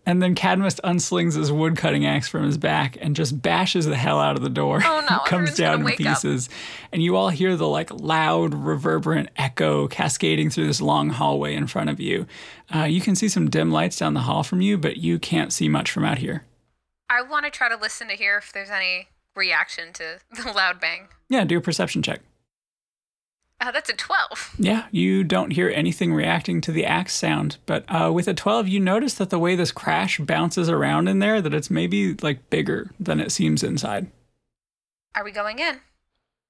S1: And then Cadmus unslings his wood cutting axe from his back and just bashes the hell out of the door.
S9: Oh, no,
S1: It
S9: everyone's
S1: comes
S9: gonna
S1: down in
S9: wake up.
S1: pieces, and you all hear the like loud, reverberant echo cascading through this long hallway in front of you. Uh, you can see some dim lights down the hall from you, but you can't see much from out here.
S9: I want to try to listen to hear if there's any reaction to the loud bang.
S1: Yeah, do a perception check.
S9: Uh, that's a 12.
S1: Yeah, you don't hear anything reacting to the axe sound, but uh, with a 12, you notice that the way this crash bounces around in there, that it's maybe like bigger than it seems inside.
S9: Are we going in?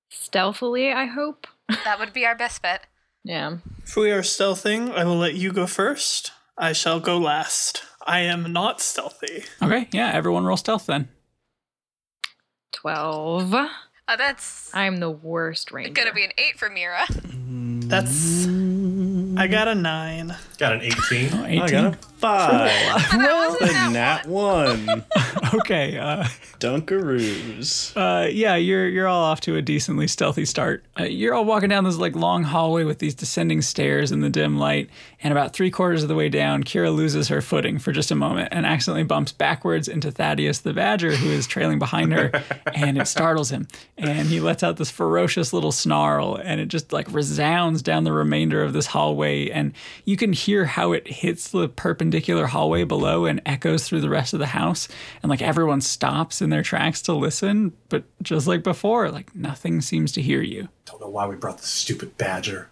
S6: Stealthily, I hope.
S9: That would be our best bet.
S6: Yeah.
S5: If we are stealthing, I will let you go first. I shall go last. I am not stealthy.
S1: Okay, yeah, everyone roll stealth then.
S6: 12.
S9: Uh, that's
S6: I'm the worst ranger.
S9: going to be an 8 for Mira.
S5: That's. I got a nine.
S7: Got an 18.
S1: 18.
S3: I got a five.
S9: Well,
S3: the nat one.
S1: okay, uh,
S3: Dunkaroos.
S1: uh, yeah, you're you're all off to a decently stealthy start. Uh, you're all walking down this like long hallway with these descending stairs in the dim light, and about three quarters of the way down, Kira loses her footing for just a moment and accidentally bumps backwards into Thaddeus the Badger, who is trailing behind her, and it startles him, and he lets out this ferocious little snarl, and it just like resounds down the remainder of this hallway, and you can hear how it hits the perpendicular perpendicular hallway below and echoes through the rest of the house. And like everyone stops in their tracks to listen, but just like before, like nothing seems to hear you.
S7: Don't know why we brought the stupid badger.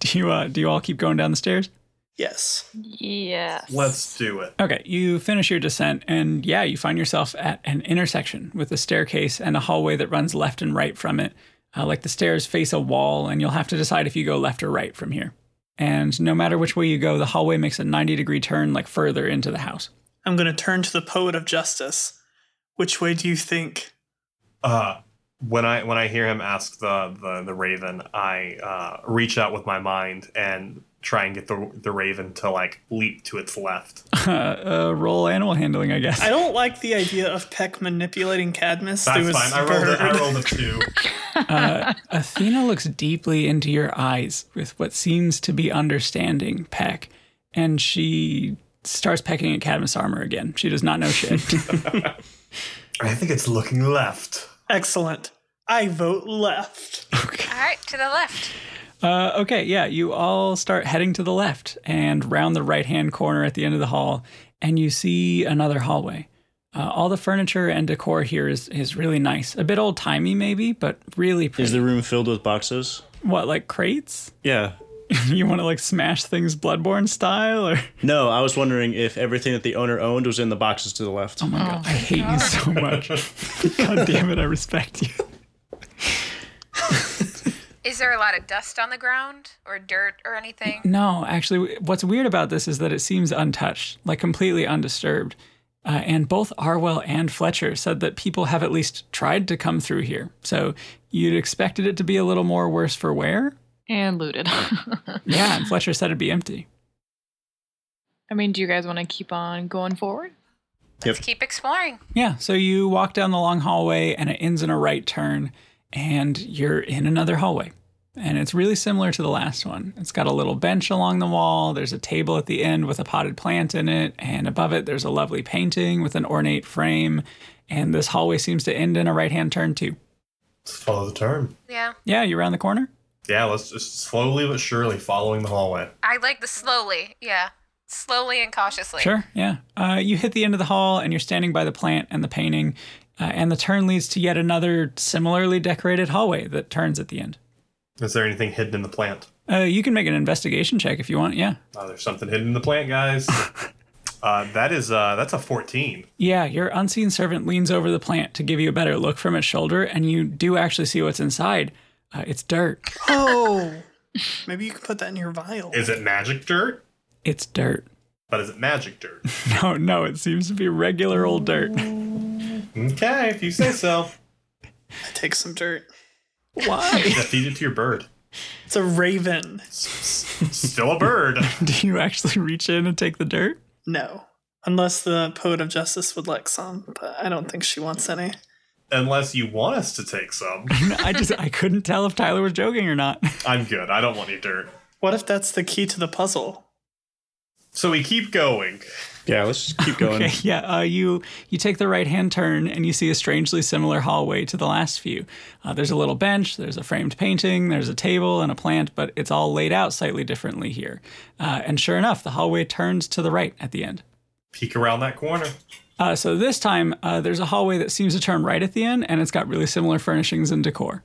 S1: Do you uh, do you all keep going down the stairs?
S10: Yes.
S6: Yes.
S7: Let's do it.
S1: Okay, you finish your descent, and yeah, you find yourself at an intersection with a staircase and a hallway that runs left and right from it. Uh, like the stairs face a wall, and you'll have to decide if you go left or right from here. And no matter which way you go, the hallway makes a 90 degree turn, like further into the house.
S5: I'm going to turn to the poet of justice. Which way do you think?
S7: Uh, when I when I hear him ask the the, the raven, I uh, reach out with my mind and try and get the the raven to like leap to its left.
S1: Uh, roll animal handling, I guess.
S5: I don't like the idea of Peck manipulating Cadmus
S7: That's
S5: through his
S7: fine. I rolled a, I
S5: bird.
S7: rolled a two.
S1: Uh, Athena looks deeply into your eyes with what seems to be understanding, Peck, and she starts pecking at Cadmus' armor again. She does not know shit.
S7: I think it's looking left.
S5: Excellent. I vote left.
S1: okay.
S4: All right, to the left.
S1: Uh, okay, yeah, you all start heading to the left and round the right hand corner at the end of the hall, and you see another hallway. Uh, all the furniture and decor here is, is really nice. A bit old timey, maybe, but really pretty.
S3: Is the room filled with boxes?
S1: what, like crates?
S3: Yeah.
S1: you want to like smash things Bloodborne style? Or
S3: No, I was wondering if everything that the owner owned was in the boxes to the left.
S1: oh my god, I hate you so much. god damn it, I respect you.
S4: Is there a lot of dust on the ground or dirt or anything?
S1: No, actually, what's weird about this is that it seems untouched, like completely undisturbed. Uh, and both Arwell and Fletcher said that people have at least tried to come through here. So you'd expected it to be a little more worse for wear.
S6: And looted. I
S1: Yeah, and Fletcher said it'd be empty.
S6: mean, do you guys want to keep on going forward?
S4: Let's keep exploring.
S1: Yeah, so you walk down the long hallway and it ends in a right turn, and you're in another hallway. And it's really similar to the last one. It's got a little bench along the wall, there's a table at the end with a potted plant in it, and above it, there's a lovely painting with an ornate frame. And this hallway seems to end in a right hand turn, too.
S7: Let's follow the turn.
S4: Yeah.
S1: Yeah, you're around the corner?
S7: Yeah, let's just slowly but surely following the hallway.
S4: I like the slowly. Yeah. Slowly and cautiously.
S1: Sure, yeah. Uh, you hit the end of the hall and you're standing by the plant and the painting, uh, and the turn leads to yet another similarly decorated hallway that turns at the end.
S7: Is there anything hidden in the plant?
S1: Uh, you can make an investigation check if you want, yeah.
S7: Oh, there's something hidden in the plant, guys. uh, that is uh, that's a fourteen.
S1: Yeah, your unseen servant leans over the plant to give you a better look from its shoulder, and you do actually see what's inside. Uh, it's dirt.
S5: Oh. Maybe you could put that in your vial.
S7: Is it magic dirt?
S1: It's dirt.
S7: But is it magic dirt?
S1: No, no, it seems to be regular old dirt.
S7: okay, if you say so.
S5: I take some dirt.
S1: Why?
S7: Yeah, feed it to your bird.
S5: It's a raven.
S7: Still a bird.
S1: do you actually reach in and take the dirt?
S5: No. Unless the poet of justice would like some, but I don't think she wants any.
S7: Unless you want us to take some.
S1: No, I just I couldn't tell if Tyler was joking or not.
S7: I'm good. I don't want any dirt.
S5: What if that's the key to the puzzle?
S7: So we keep going.
S3: Yeah, let's just keep going.
S1: Okay, yeah, uh, you you take the right hand turn and you see a strangely similar hallway to the last few. Uh, there's a little bench, there's a framed painting, there's a table and a plant, but it's all laid out slightly differently here. Uh, and sure enough, the hallway turns to the right at the end.
S7: Peek around that corner.
S1: Uh, so this time, uh, there's a hallway that seems to turn right at the end, and it's got really similar furnishings and decor.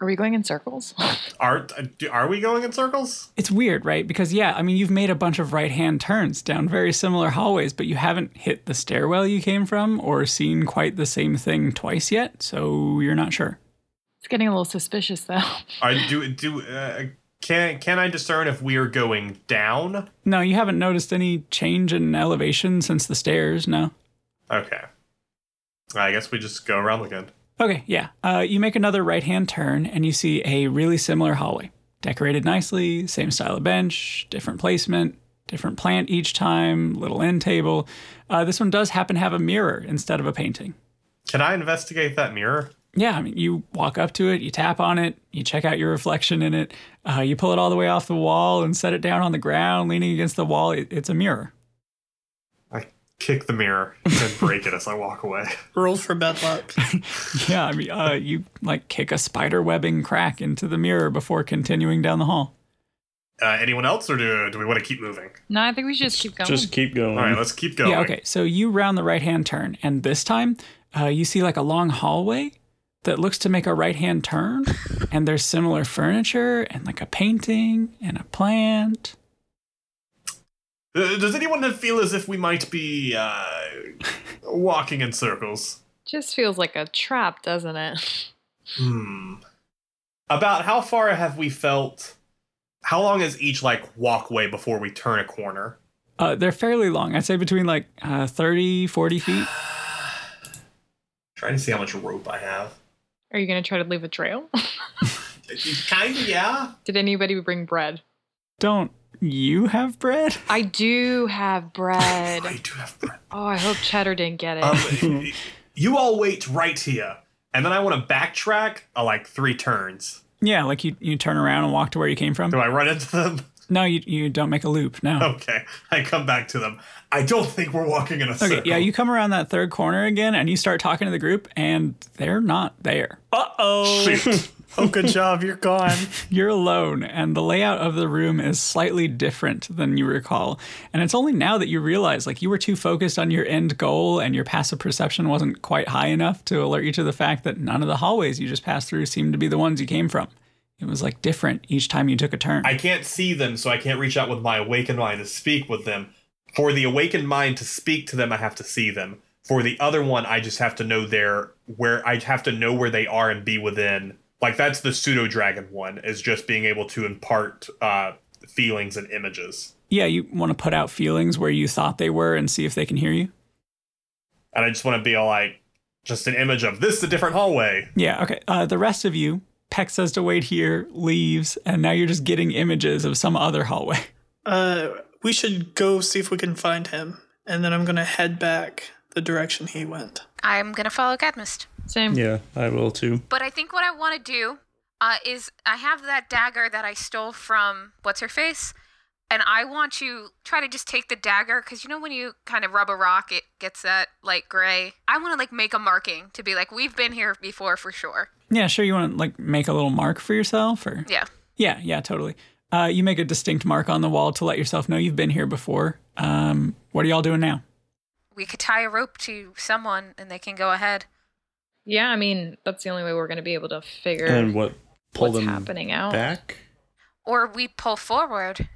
S6: Are we going in circles?
S7: Are are we going in circles?
S1: It's weird, right? Because yeah, I mean, you've made a bunch of right hand turns down very similar hallways, but you haven't hit the stairwell you came from or seen quite the same thing twice yet, so you're not sure.
S6: it's getting a little suspicious, though.
S7: Are do do uh, can can I discern if we are going down?
S1: No, you haven't noticed any change in elevation since the stairs, no.
S7: Okay. I guess we just go around again.
S1: Okay, yeah. Uh, you make another right hand turn and you see a really similar hallway. Decorated nicely, same style of bench, different placement, different plant each time, little end table. Uh, this one does happen to have a mirror instead of a painting.
S7: Can I investigate that mirror?
S1: Yeah, I mean, you walk up to it, you tap on it, you check out your reflection in it, uh, you pull it all the way off the wall and set it down on the ground, leaning against the wall. It, it's a mirror.
S7: I kick the mirror and break it as I walk away.
S5: Roll for bad luck.
S1: Yeah, I mean, uh, you like kick a spider webbing crack into the mirror before continuing down the hall.
S7: Uh, anyone else, or do, do we want to keep moving?
S6: No, I think we should just keep going.
S3: Just keep going.
S7: All right, let's keep going.
S1: Yeah, okay. So you round the right hand turn, and this time uh, you see like a long hallway that looks to make a right hand turn, and there's similar furniture and like a painting and a plant.
S7: Uh, Does anyone feel as if we might be uh, walking in circles?
S6: Just feels like a trap, doesn't it?
S7: Hmm. About how far have we felt? How long is each like walkway before we turn a corner?
S1: Uh, they're fairly long. I'd say between like uh, 30, 40 feet.
S7: Trying to see how much rope I have.
S6: Are you gonna try to leave a trail?
S7: Kind of, yeah.
S6: Did anybody bring bread?
S1: Don't you have bread?
S6: I do have bread.
S7: I do have bread.
S6: oh, I hope Cheddar didn't get it.
S7: Um, you all wait right here, and then I want to backtrack uh, like three turns.
S1: Yeah, like you, you turn around and walk to where you came from.
S7: Do I run into them?
S1: No, you, you don't make a loop. No.
S7: Okay, I come back to them. I don't think we're walking in a
S1: Okay,
S7: circle.
S1: yeah, you come around that third corner again and you start talking to the group, and they're not there.
S5: Uh oh. oh, good job. You're gone.
S1: You're alone, and the layout of the room is slightly different than you recall. And it's only now that you realize, like, you were too focused on your end goal, and your passive perception wasn't quite high enough to alert you to the fact that none of the hallways you just passed through seemed to be the ones you came from. It was like different each time you took a turn.
S7: I can't see them, so I can't reach out with my awakened mind to speak with them. For the awakened mind to speak to them, I have to see them. For the other one, I just have to know their where I have to know where they are and be within. Like that's the pseudo dragon one is just being able to impart uh, feelings and images.
S1: yeah, you want to put out feelings where you thought they were and see if they can hear you.
S7: And I just want to be all like just an image of this is a different hallway.
S1: Yeah, okay. Uh, the rest of you, Peck says to wait here, leaves, and now you're just getting images of some other hallway.
S5: Uh, we should go see if we can find him, and then I'm gonna head back the direction he went.
S4: I'm gonna follow Cadmist.
S6: Same.
S3: Yeah, I will too.
S4: But I think what I want to do uh, is I have that dagger that I stole from what's her face, and I want to try to just take the dagger because you know when you kind of rub a rock, it gets that like gray. I want to like make a marking to be like we've been here before for sure.
S1: Yeah, sure. You want to like make a little mark for yourself, or
S4: Yeah.
S1: yeah, yeah, totally. Uh, you make a distinct mark on the wall to let yourself know you've been here before. Um, what are y'all doing now?
S4: We could tie a rope to someone and they can go ahead.
S6: Yeah, I mean that's the only way we're gonna be able to figure
S3: And what? Pull
S6: what's
S3: them
S6: happening out.
S3: back?
S4: Or we pull forward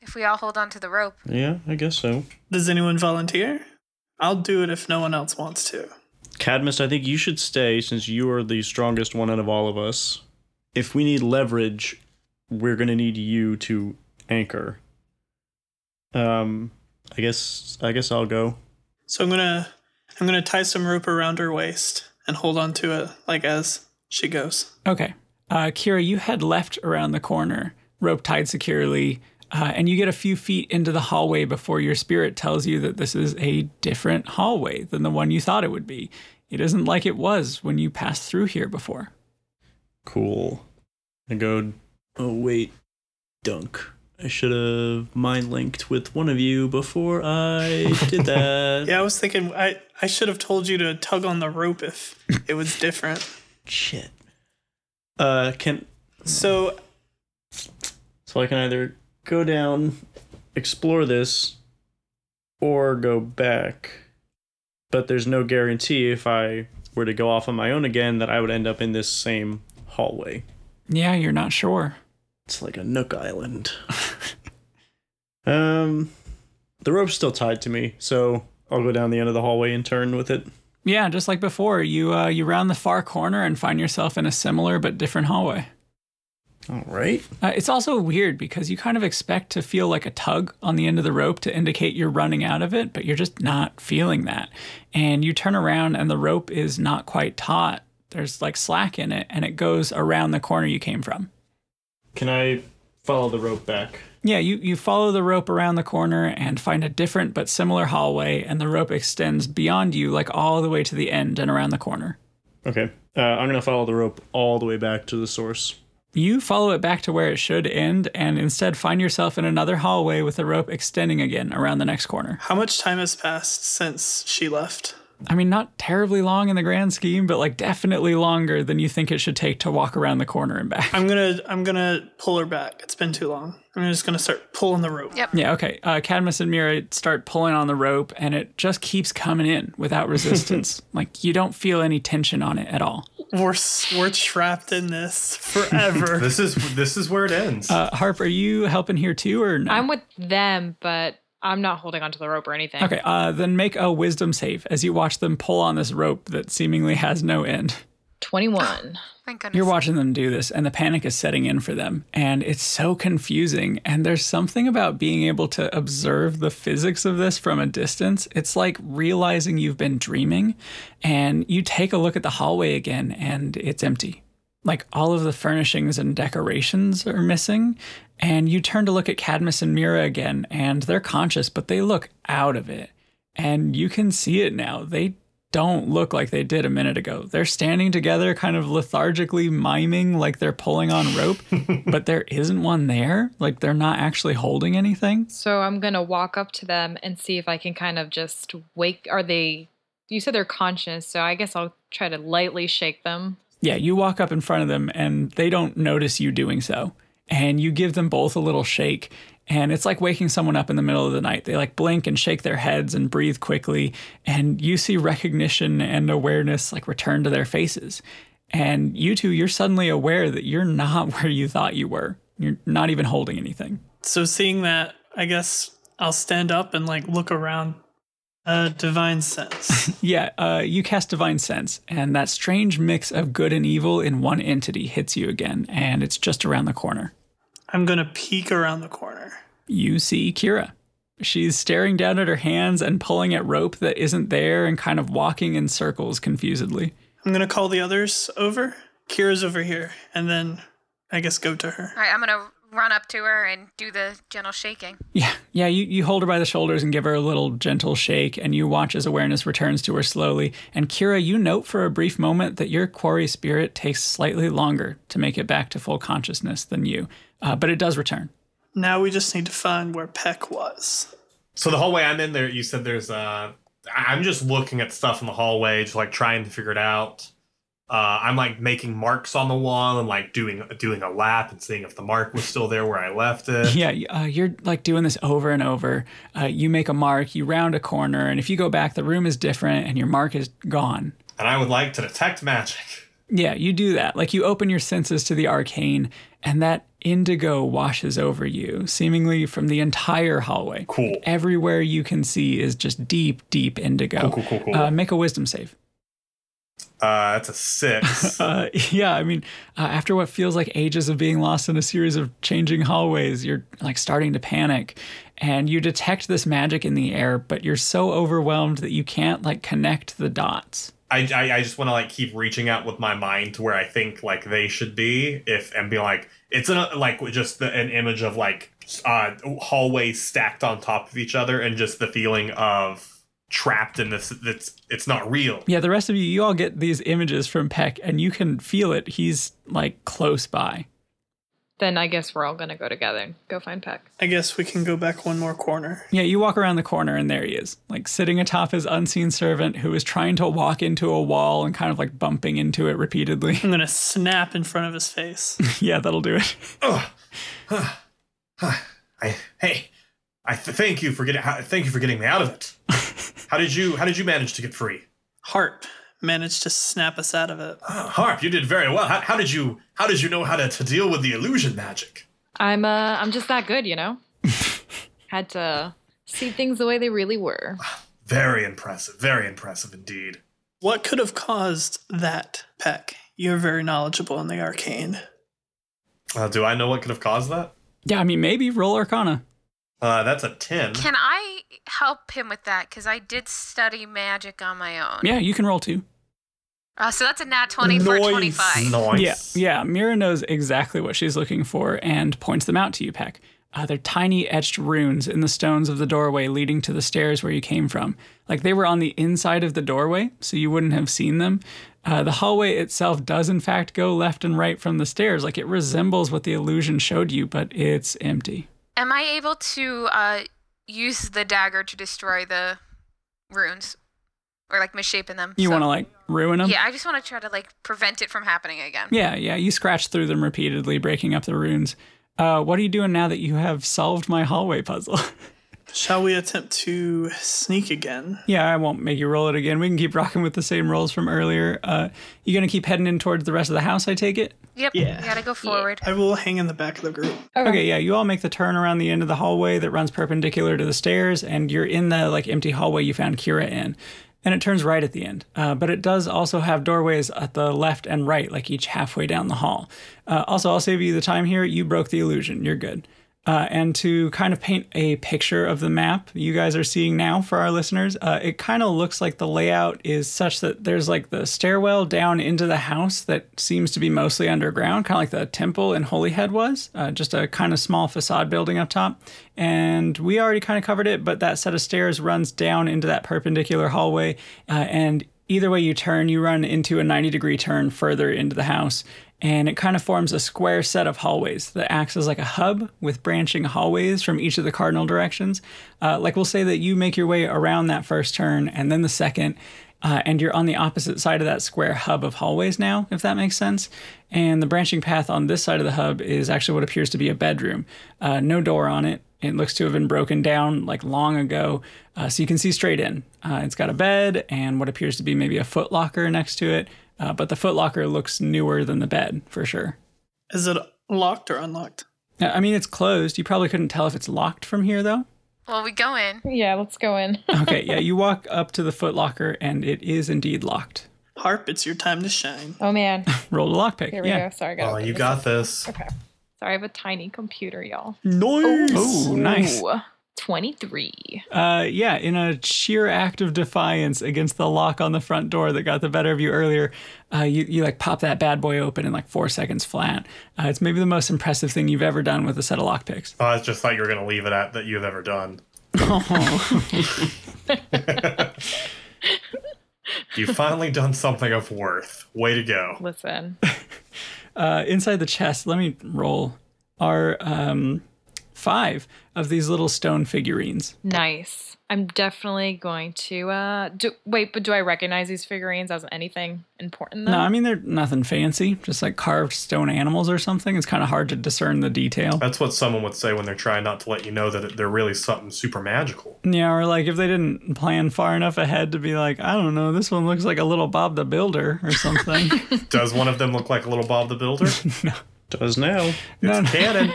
S4: if we all hold on to the rope.
S3: Yeah, I guess so.
S5: Does anyone volunteer? I'll do it if no one else wants to.
S3: Cadmus, I think you should stay since you are the strongest one out of all of us. If we need leverage, we're gonna need you to anchor. Um, I guess I guess I'll go.
S5: So I'm gonna I'm gonna tie some rope around her waist and hold on to it like as she goes.
S1: Okay. Uh, Kira, you had left around the corner, rope tied securely, uh, and you get a few feet into the hallway before your spirit tells you that this is a different hallway than the one you thought it would be. It isn't like it was when you passed through here before.
S3: Cool. I go. Oh wait, dunk. I should have mind linked with one of you before I did that.
S5: Yeah, I was thinking I I should have told you to tug on the rope if it was different.
S3: Shit. Uh, can
S5: So
S3: So I can either go down, explore this, or go back. But there's no guarantee if I were to go off on my own again that I would end up in this same hallway.
S1: Yeah, you're not sure.
S3: It's like a nook island. um, the rope's still tied to me, so I'll go down the end of the hallway and turn with it.
S1: Yeah, just like before, you uh, you round the far corner and find yourself in a similar but different hallway.
S3: All right.
S1: Uh, it's also weird because you kind of expect to feel like a tug on the end of the rope to indicate you're running out of it, but you're just not feeling that. And you turn around and the rope is not quite taut. There's like slack in it and it goes around the corner you came from.
S3: Can I follow the rope back?
S1: Yeah, you, you follow the rope around the corner and find a different but similar hallway, and the rope extends beyond you, like all the way to the end and around the corner.
S3: Okay. Uh, I'm gonna follow the rope all the way back to the source.
S1: You follow it back to where it should end and instead find yourself in another hallway with the rope extending again around the next corner.
S5: how much time has passed since she left?
S1: I mean, not terribly long in the grand scheme, but like definitely longer than you think it should take to walk around the corner and back.
S5: I'm gonna I'm gonna pull her back. It's been too long. I'm just gonna start pulling the rope.
S4: Yep.
S1: Yeah, okay. Uh, Cadmus and Mira start pulling on the rope, and it just keeps coming in without resistance. like, you don't feel any tension on it at all.
S5: We're s- we're trapped in this forever.
S7: This is this is where it ends.
S1: Uh, Harp, are you helping here too, or no?
S6: I'm with them, but I'm not holding onto the rope or anything.
S1: okay, uh, then make a wisdom save as you watch them pull on this rope that seemingly has no end.
S6: 21.
S4: Thank goodness.
S1: You're watching them do this, and the panic is setting in for them. And it's so confusing. And there's something about being able to observe the physics of this from a distance. It's like realizing you've been dreaming, and you take a look at the hallway again, and it's empty. Like all of the furnishings and decorations are missing. And you turn to look at Cadmus and Mira again, and they're conscious, but they look out of it and you can see it now. They don't look like they did a minute ago. They're standing together, kind of lethargically miming like they're pulling on rope, but there isn't one there. Like they're not actually holding anything.
S6: So I'm going to walk up to them and see if I can kind of just wake. Are they. You said they're conscious, so I guess I'll try to lightly shake them.
S1: Yeah, you walk up in front of them and they don't notice you doing so. And you give them both a little shake. And it's like waking someone up in the middle of the night. They like blink and shake their heads and breathe quickly. And you see recognition and awareness like return to their faces. And you two, you're suddenly aware that you're not where you thought you were. You're not even holding anything.
S5: so seeing that, I guess I'll stand up and like look around. Uh, divine sense.
S1: Yeah, uh, you cast Divine Sense, and that strange mix of good and evil in one entity hits you again. And it's just around the corner.
S5: I'm gonna peek around the corner.
S1: you see Kira. She's staring down at her hands and pulling at rope that isn't there and kind of walking in circles confusedly.
S5: I'm gonna call the others over. Kira's over here, and then I guess go to her.
S4: All right, I'm gonna run up to her and do the gentle shaking.
S1: Yeah, yeah, you, you hold her by the shoulders and give her a little gentle shake, and you watch as awareness returns to her slowly. And Kira, you note for a brief moment that your quarry spirit takes slightly longer to make it back to full consciousness than you, uh, but it does return.
S5: Now we just need to find where Peck was.
S7: so the hallway I'm in there, you said there's uh I- I'm just looking at stuff in the hallway, just like trying to figure it out. Uh, I'm like making marks on the wall and like doing doing a lap and seeing if the mark was still there where I left it.
S1: Yeah, y- uh, you're like doing this over and over. Uh, you make a mark, you round a corner, and if you go back, the room is different and your mark is gone.
S7: And I would like to detect magic.
S1: Yeah, you do that. Like you open your senses to the arcane, and that indigo washes over you, seemingly from the entire hallway.
S7: Cool.
S1: Everywhere you can see is just deep, deep indigo.
S7: Cool, cool, cool, cool.
S1: Uh, make a wisdom save.
S7: Uh, that's a six.
S1: Uh, yeah, I mean, uh, after what feels like ages of being lost in a series of changing hallways, you're like starting to panic and you detect this magic in the air, but you're so overwhelmed that you can't like connect the dots.
S7: I, I, I just want to like keep reaching out with my mind to where I think like they should be if and be like it's an, like just the, an image of like uh, hallways stacked on top of each other and just the feeling of trapped in this that's it's not real.
S1: Yeah, the rest of you, you all get these images from Peck and you can feel it. He's like close by.
S6: Then I guess we're all going to go together and go find Peck.
S5: I guess we can go back one more corner.
S1: Yeah, you walk around the corner and there he is, like sitting atop his unseen servant who is trying to walk into a wall and kind of like bumping into it repeatedly.
S5: I'm gonna snap in front of his face.
S1: yeah, that'll do it.
S7: I hey, I th- thank you for getting how- thank you for getting me out of it. how did you how did you manage to get free?
S5: Harp managed to snap us out of it.
S7: Uh, Harp, you did very well. How, how did you how did you know how to, to deal with the illusion magic?
S6: I'm uh I'm just that good, you know. Had to see things the way they really were.
S7: Very impressive. Very impressive indeed.
S5: What could have caused that, Peck? You're very knowledgeable in the arcane.
S7: Uh, do I know what could have caused that?
S1: yeah, I mean, maybe roll Arcana.
S7: Uh, that's a 10.
S1: Mm-hmm.
S4: Can I help him with that? Because I did study magic on my own.
S1: Yeah, you can roll too.
S4: Uh, so that's a nat 20 for
S5: Nice.
S4: 25.
S1: Yeah,
S7: Nice.
S1: yeah. Mira knows exactly what she's looking for and points them out to you, Peck. Uh, they're tiny etched runes in the stones of the doorway leading to the stairs where you came from. Like they were on the inside of the doorway, so you wouldn't have seen them. Uh, the hallway itself does, in fact, go left and right from the stairs. Like it resembles what the illusion showed you, but it's empty.
S4: Am I able to uh, use the dagger to destroy the runes? or like misshapen them.
S1: You
S4: so-
S1: want to like ruin them?
S4: Yeah, I just want to try to like prevent it from happening again.
S1: Yeah, yeah. You scratch through them repeatedly, breaking up the runes. Uh, what are you doing now that you have solved my hallway puzzle?
S5: Shall we attempt to sneak again?
S1: yeah, I won't make you roll it again. We can keep rocking with the same rolls from earlier. Uh, you gonna keep heading in towards the rest of the house? I take it.
S4: Yep.
S5: Yeah.
S4: You gotta go forward.
S5: I will hang in the back of the group.
S1: Okay, yeah, you all make the turn around the end of the hallway that runs perpendicular to the stairs, and you're in the like empty hallway you found Kira in. And it turns right at the end, uh, but it does also have doorways at the left and right, like each halfway down the hall. Uh, also, I'll save you the time here. You broke the illusion. You're good. Uh, and to kind of paint a picture of the map you guys are seeing now for our listeners, uh, it kind of looks like the layout is such that there's like the stairwell down into the house that seems to be mostly underground, kind of like the temple in Holyhead was, uh, just a kind of small facade building up top. And we already kind of covered it, but that set of stairs runs down into that perpendicular hallway. Uh, and either way you turn, you run into a 90 degree turn further into the house, and it kind of forms a square set of hallways that acts as like a hub with branching hallways from each of the cardinal directions. Uh, like we'll say that you make your way around that first turn and then the second, uh, and you're on the opposite side of that square hub of hallways now, if that makes sense. And the branching path on this side of the hub is actually what appears to be a bedroom. Uh, no door on it. It looks to have been broken down like long ago, uh, so you can see straight in. Uh, it's got a bed and what appears to be maybe a foot locker next to it, uh, but the foot locker looks newer than the bed for sure.
S5: Is it locked or unlocked?
S1: Uh, I mean, it's closed. You probably couldn't tell if it's locked from here though.
S4: Well, we go in.
S6: Yeah, let's go in.
S1: Okay, yeah, you walk up to the foot locker and it is indeed locked.
S5: Harp, it's your time to shine.
S6: Oh man,
S1: Roll a lockpick.
S6: here we
S1: yeah.
S6: go. Sorry, I got.
S7: Oh, you got this.
S6: Sorry, I have a tiny computer, y'all.
S5: Noise.
S1: Oh, nice.
S6: Ooh, Twenty-three.
S1: Uh, yeah, in a sheer act of defiance against the lock on the front door that got the better of you earlier, uh, you, you like pop that bad boy open in like four seconds flat. Uh, it's maybe the most impressive thing you've ever done with a set of lockpicks.
S7: I just thought you were gonna leave it at that you've ever done. You've finally done something of worth. Way to go.
S6: Listen,
S1: Uh, inside the chest, let me roll, are um, five of these little stone figurines.
S6: nice. I'm definitely going to. uh do, Wait, but do I recognize these figurines as anything important? Though?
S1: No, I mean, they're nothing fancy, just like carved stone animals or something. It's kind of hard to discern the detail.
S7: That's what someone would say when they're trying not to let you know that they're really something super magical.
S1: Yeah, or like if they didn't plan far enough ahead to be like, I don't know, this one looks like a little Bob the Builder or something.
S7: Does one of them look like a little Bob the Builder?
S3: Does now.
S1: no, no.
S7: Cannon.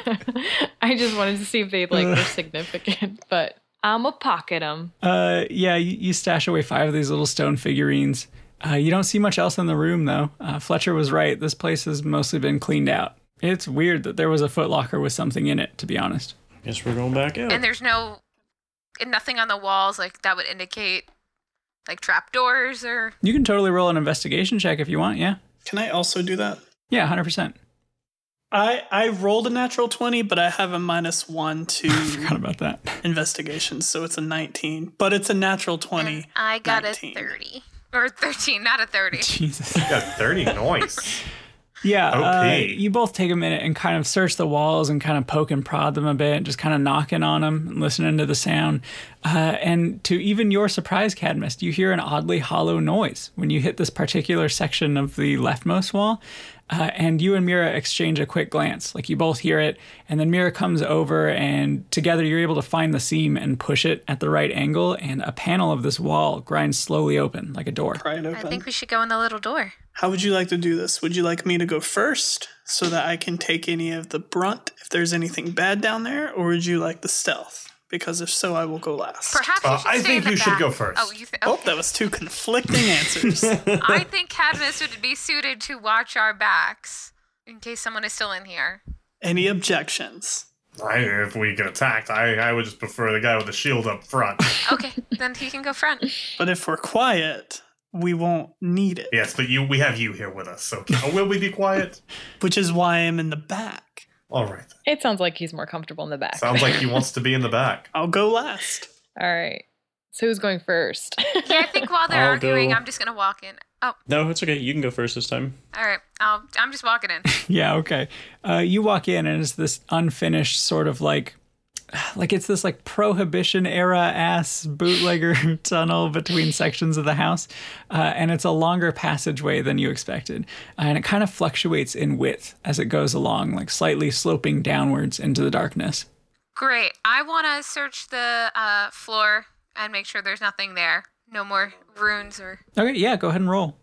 S6: I just wanted to see if they like were significant, but I'm a pocket them.
S1: Uh, yeah, you, you stash away five of these little stone figurines. Uh, you don't see much else in the room though. Uh, Fletcher was right. This place has mostly been cleaned out. It's weird that there was a footlocker with something in it, to be honest.
S3: Guess we're going back out.
S4: And there's no, and nothing on the walls like that would indicate like trapdoors or.
S1: You can totally roll an investigation check if you want, yeah?
S5: Can I also do that?
S1: Yeah, 100%.
S5: I I rolled a natural twenty, but I have a minus one to
S1: Forgot about that.
S5: investigation, so it's a nineteen. But it's a natural twenty.
S4: I got
S5: 19.
S4: a 30. Or 13, not a 30.
S1: Jesus.
S7: Got 30 noise.
S1: Yeah. uh,
S7: Okay.
S1: you both take a minute and kind of search the walls and kind of poke and prod them a bit, just kind of knocking on them and listening to the sound. Uh, and to even your surprise, Cadmus, you hear an oddly hollow noise when you hit this particular section of the leftmost wall. Uh, and you and Mira exchange a quick glance. Like you both hear it, and then Mira comes over, and together you're able to find the seam and push it at the right angle, and a panel of this wall grinds slowly open like a door.
S5: Pry it
S4: I
S5: open.
S4: think we should go in the little door.
S5: How would you like to do this? Would you like me to go first so that I can take any of the brunt if there's anything bad down there, or would you like the stealth? Because if so, I will go last.
S4: Perhaps
S7: Uh,
S4: we should
S7: I
S4: stay
S7: think
S4: in the
S7: you should
S4: back.
S7: go first.
S4: Oh, you think?
S5: Oh, that was two conflicting answers.
S4: I think Cadmus would be suited to watch our backs in case someone is still in here.
S5: Any objections?
S7: I, if we get attacked, I, I would just prefer the guy with the shield up front.
S4: Okay, then he can go front.
S5: But if we're quiet, we won't need it,
S7: Yes, but you we have you here with us, so can- will we be quiet?
S5: which is why I'm in the back.
S7: All right. then.
S6: It sounds like he's more comfortable in the back.
S7: Sounds like he wants to be in the back.
S5: I'll go last.
S6: All right. So who's going first?
S4: Yeah, I think while they're
S3: I'll
S4: arguing,
S3: go-
S4: I'm just gonna walk in. Oh,
S3: No, it's okay. You can go first this time.
S4: all right. I'll, I'm just walking in.
S1: Yeah, okay. Uh, you walk in and it's this unfinished sort of like like it's this like prohibition era ass bootlegger tunnel between sections of the house uh, and it's a longer passageway than you expected uh, and it kind of fluctuates in width as it goes along like slightly sloping downwards into the darkness
S4: Great. I want to search the uh, floor and make sure there's nothing there. No more runes or.
S1: okay yeah go ahead and roll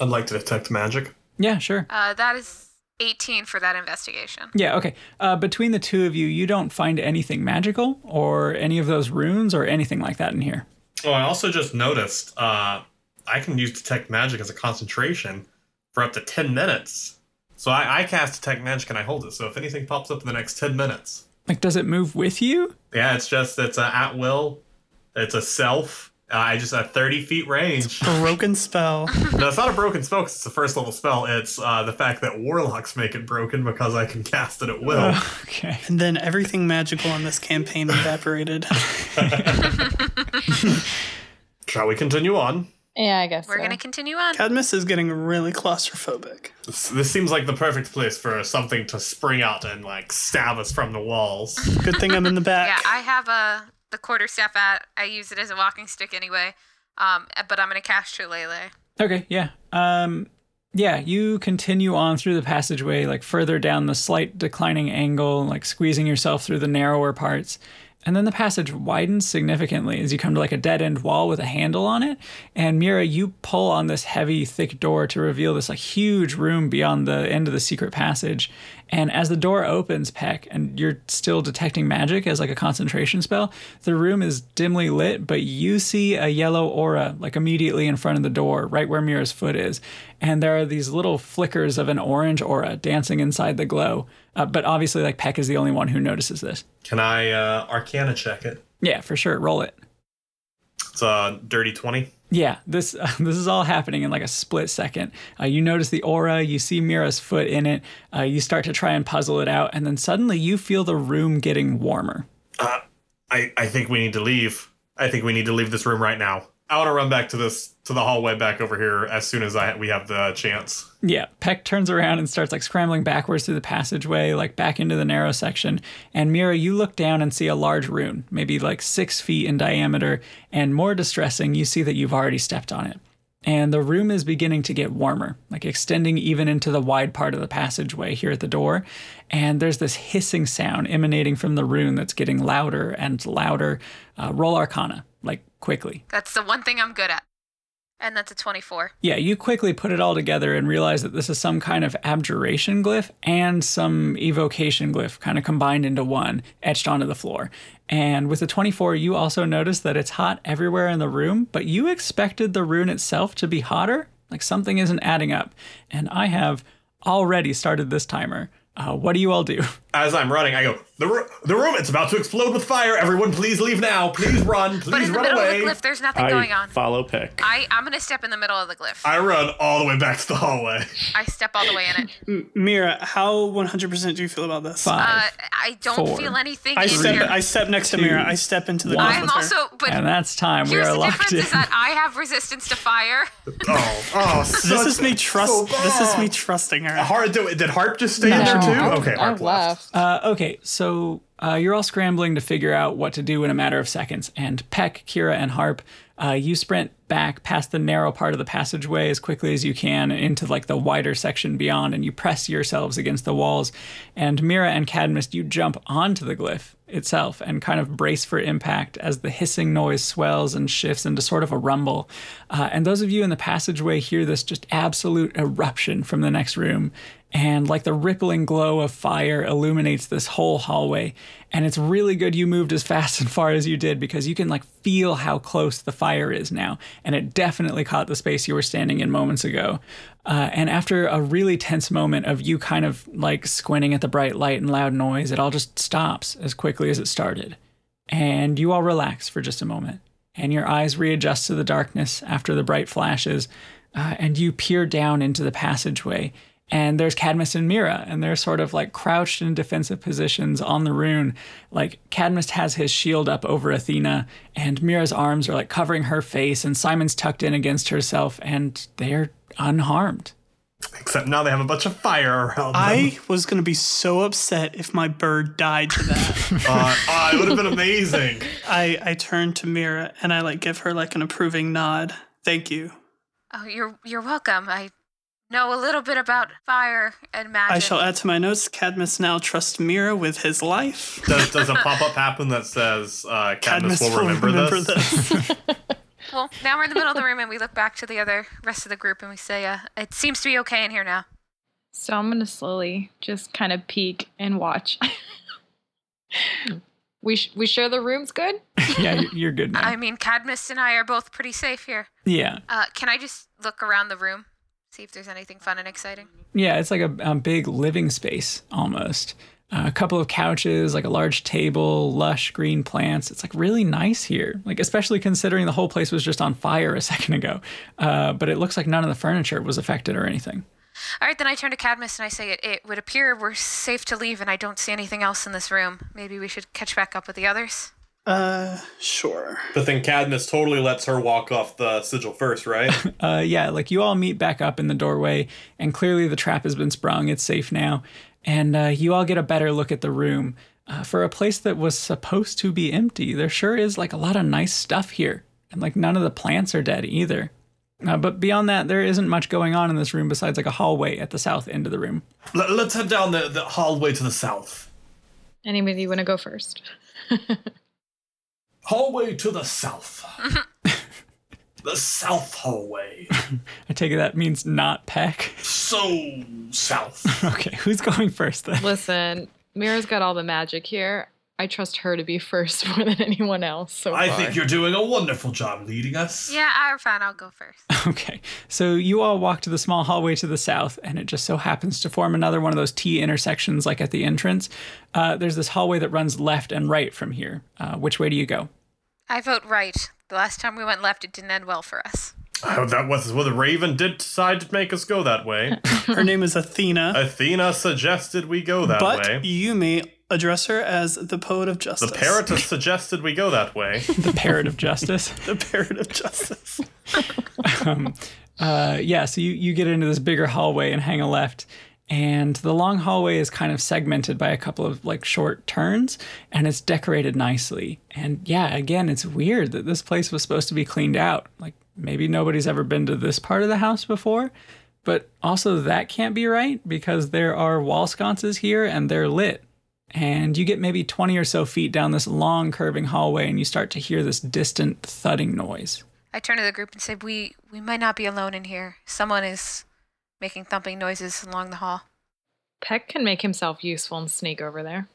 S7: I'd like to detect magic.
S1: yeah sure
S4: Uh, that is 18 for that investigation.
S1: yeah okay uh, between the two of you you don't find anything magical or any of those runes or anything like that in here
S7: Oh, I also just noticed uh, I can use detect magic as a concentration for up to ten minutes. So I, I cast detect magic and I hold it. So if anything pops up in the next ten minutes,
S1: like does it move with you
S7: yeah, it's just it's a at will, it's a self. Uh, I just a thirty feet range.
S5: Broken spell.
S7: no, it's not a broken spell 'cause it's a first level spell. It's uh, the fact that warlocks make it broken because I can cast it at will.
S1: okay
S5: And then everything magical in this campaign evaporated.
S7: Shall we continue on?
S6: Yeah, I guess.
S4: We're going to continue on.
S5: Cadmus is getting really claustrophobic.
S7: This, this seems like the perfect place for something to spring out and like stab us from the walls.
S5: Good thing I'm in the
S4: Yeah,
S5: back.
S4: I have uh, the quarter staff at. I use it as a walking stick anyway. Um, but I'm going to cast Shillelagh.
S1: Okay, yeah. Um yeah, you continue on through the passageway, like further down the slight declining angle, like squeezing yourself through the narrower parts. And then the passage widens significantly as you come to like a dead end wall with a handle on it. And Mira, you pull on this heavy, thick door to reveal this like huge room beyond the end of the secret passage. And as the door opens, Peck, and you're still detecting magic as like a concentration spell, the room is dimly lit, but you see a yellow aura like immediately in front of the door, right where Mira's foot is. And there are these little flickers of an orange aura dancing inside the glow. Uh, but obviously, like Peck is the only one who notices this.
S7: Can I uh, Arcana check it?
S1: Yeah, for sure. Roll it.
S7: It's a dirty twenty.
S1: Yeah, this this is all happening in like a split second. Uh, you notice the aura, you see Mira's foot in it, uh, you start to try and puzzle it out, and then suddenly you feel the room getting warmer.
S7: Uh, I I think we need to leave. I think we need to leave this room right now. I want to run back to this to the hallway back over here as soon as I we have the chance.
S1: Yeah, Peck turns around and starts like scrambling backwards through the passageway, like back into the narrow section. And Mira, you look down and see a large rune, maybe like six feet in diameter. And more distressing, you see that you've already stepped on it. And the room is beginning to get warmer, like extending even into the wide part of the passageway here at the door. And there's this hissing sound emanating from the rune that's getting louder and louder. Uh, roll Arcana, like quickly.
S4: That's the one thing I'm good at. And that's a 24.
S1: Yeah, you quickly put it all together and realize that this is some kind of abjuration glyph and some evocation glyph kind of combined into one, etched onto the floor. And with the 24, you also notice that it's hot everywhere in the room, but you expected the rune itself to be hotter? Like something isn't adding up. And I have already started this timer. Uh, what do you all do?
S7: As I'm running, I go the ro- the room. It's about to explode with fire. Everyone, please leave now. Please run.
S4: But
S7: Please
S4: in the
S7: run
S4: middle of
S7: away.
S4: the glyph, there's nothing
S3: I
S4: going on. Uh,
S3: follow Peck.
S4: I, I'm going to step in the middle of the glyph. I,
S7: I run all the way back to the hallway.
S4: step all the way in it.
S5: M- Mira, how 100% do you feel about this?
S4: Uh,
S1: Five.
S4: I don't
S1: four,
S4: feel anything
S5: I
S4: in
S5: step.
S4: here.
S5: I step next to Mira. I step into the.
S1: one.
S5: glass
S4: I'm
S5: with her.
S4: also, but
S1: and that's time. We
S4: here's
S1: are
S4: the
S1: locked
S4: difference
S1: in.
S4: is that I have resistance to fire.
S7: Oh, oh,
S5: This
S7: such-
S5: is me trust.
S7: so
S5: this is
S7: bad.
S5: me trusting her.
S7: Harp, did, did Harp just stay in there too? Okay,
S6: Oh,
S7: Harp left.
S1: Uh, okay, so uh, you're all scrambling to figure out what to do in a matter of seconds, and Peck, Kira, and Harp, uh, you sprint back past the narrow part of the passageway as quickly as you can into like the wider section beyond, and you press yourselves against the walls. And Mira and Cadmus, you jump onto the glyph itself and kind of brace for impact as the hissing noise swells and shifts into sort of a rumble. Uh, and those of you in the passageway hear this just absolute eruption from the next room. And like the rippling glow of fire illuminates this whole hallway. And it's really good you moved as fast and far as you did because you can like feel how close the fire is now. And it definitely caught the space you were standing in moments ago. Uh, and after a really tense moment of you kind of like squinting at the bright light and loud noise, it all just stops as quickly as it started. And you all relax for just a moment, and your eyes readjust to the darkness after the bright flashes, uh, and you peer down into the passageway. And there's Cadmus and Mira, and they're sort of like crouched in defensive positions on the rune. Like Cadmus has his shield up over Athena, and Mira's arms are like covering her face, and Simon's tucked in against herself, and they're unharmed.
S7: Except now they have a bunch of fire around them.
S5: I was gonna be so upset if my bird died to that.
S7: Uh, oh, it would have been amazing.
S5: I I turn to Mira and I like give her like an approving nod. Thank you.
S4: Oh, you're you're welcome. I know a little bit about fire and magic.
S5: I shall add to my notes. Cadmus now trusts Mira with his life.
S7: Does, does a pop up happen that says uh, Cadmus, will remember, this?
S4: Well, now we're in the middle of the room and we look back to the other rest of the group and we say, uh, it seems to be okay in here now.
S6: So I'm gonna slowly just kind of peek and watch. we sh- we share the rooms, good?
S1: yeah, you're- you're good now.
S4: I mean, Cadmus and I are both pretty safe here.
S1: yeah,
S4: Uh, can I just look around the room? See if there's anything fun and exciting?
S1: yeah. It's like a, a big living space almost. Uh, a couple of couches, like a large table, lush green plants. It's like really nice here. Like especially considering the whole place was just on fire a second ago. Uh, but it looks like none of the furniture was affected or anything.
S4: All right, then I turn to Cadmus and I say, it, it would appear we're safe to leave and I don't see anything else in this room. Maybe we should catch back up with the others.
S5: Uh, sure.
S7: But then Cadmus totally lets her walk off the sigil first, right?
S1: Uh, yeah, like you all meet back up in the doorway, and clearly the trap has been sprung. It's safe now. And uh, you all get a better look at the room. Uh, for a place that was supposed to be empty, there sure is like a lot of nice stuff here. And like none of the plants are dead either. Uh, but beyond that, there isn't much going on in this room besides like a hallway at the south end of the room.
S7: Let, let's head down the, the hallway to the south.
S6: Anybody wanna go first?
S7: Hallway to the south. the south hallway.
S1: I take it that means not peck.
S7: So south.
S1: okay, who's going first then?
S6: Listen, Mira's got all the magic here. I trust her to be first more than anyone else. So
S7: I
S6: far.
S7: think you're doing a wonderful job leading us.
S4: Yeah, I'm fine. I'll go first.
S1: Okay, so you all walk to the small hallway to the south, and it just so happens to form another one of those T intersections, like at the entrance. Uh, there's this hallway that runs left and right from here. Uh, which way do you go?
S4: I vote right. The last time we went left, it didn't end well for us.
S7: Oh, that was well, the raven did decide to make us go that way.
S5: Her name is
S7: Oh,
S5: Athena,
S7: Athena suggested we go that
S5: but
S7: way.
S5: you may address her as the poet of
S7: The
S5: justice.
S7: Paratus suggested we go that way.
S1: The parrot of justice.
S5: The parrot of justice.
S1: Uh, yeah, so you, you get into this bigger hallway and hang a left. And the long hallway is kind of segmented by a couple of like short turns and it's decorated nicely. And yeah, again, it's weird that this place was supposed to be cleaned out. Like maybe nobody's ever been to this part of the house before, but also that can't be right because there are wall sconces here and they're lit. And you get maybe 20 or so feet down this long curving hallway and you start to hear this distant thudding noise.
S4: I turn to the group and say, "We we might not be alone in here. Someone is making thumping noises along the hall."
S6: Peck can make himself useful and sneak over there.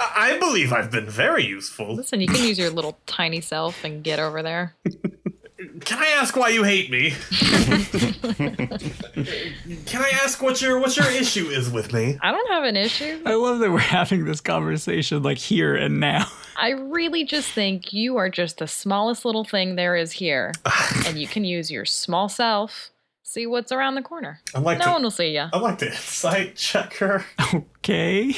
S7: I I believe I've been very useful.
S6: Listen, you can use your little tiny self and get over there.
S7: Can I ask why you hate me? Can I ask what your what your issue is with me?
S6: I don't have an issue.
S1: I love that we're having this conversation like here and now.
S6: I really just think you are just the smallest little thing there is here, and you can use your small self. See what's around the corner.
S7: I'd like
S6: No
S7: to
S6: one will see ya.
S7: I'd like to insight check her.
S1: Okay.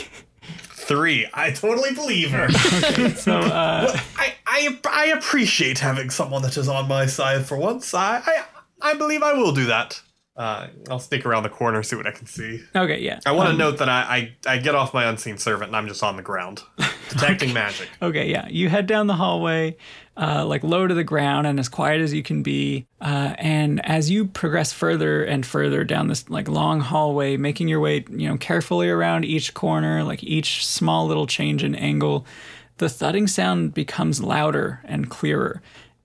S7: Three. I totally believe her.
S1: So uh,
S7: I, I I appreciate having someone that is on my side for once. I I, I believe I will do that. Uh, I'll sneak around the corner, see what I can see.
S1: okay, yeah.
S7: I want to note that I, I I get off my unseen servant and I'm just on the ground detecting magic.
S1: Okay, yeah. You head down the hallway, uh, like low to the ground and as quiet as you can be. Uh, and as you progress further and further down this like long hallway, making your way, you know, carefully around each corner, like each small little change in angle, the thudding sound becomes louder and clearer.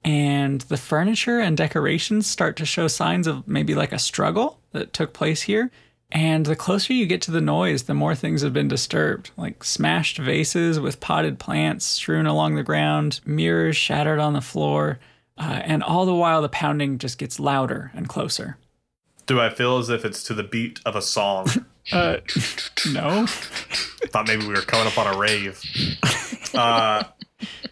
S1: And the furniture and decorations start to show signs of maybe like a struggle that took place here. And the closer you get to the noise, the more things have been disturbed, like smashed vases with potted plants strewn along the ground, mirrors shattered on the floor, uh, and all the while the pounding just gets louder and closer.
S7: Do I feel as if it's to the beat of a song?
S1: Uh, no.
S7: Thought maybe we were coming up on a rave. Uh,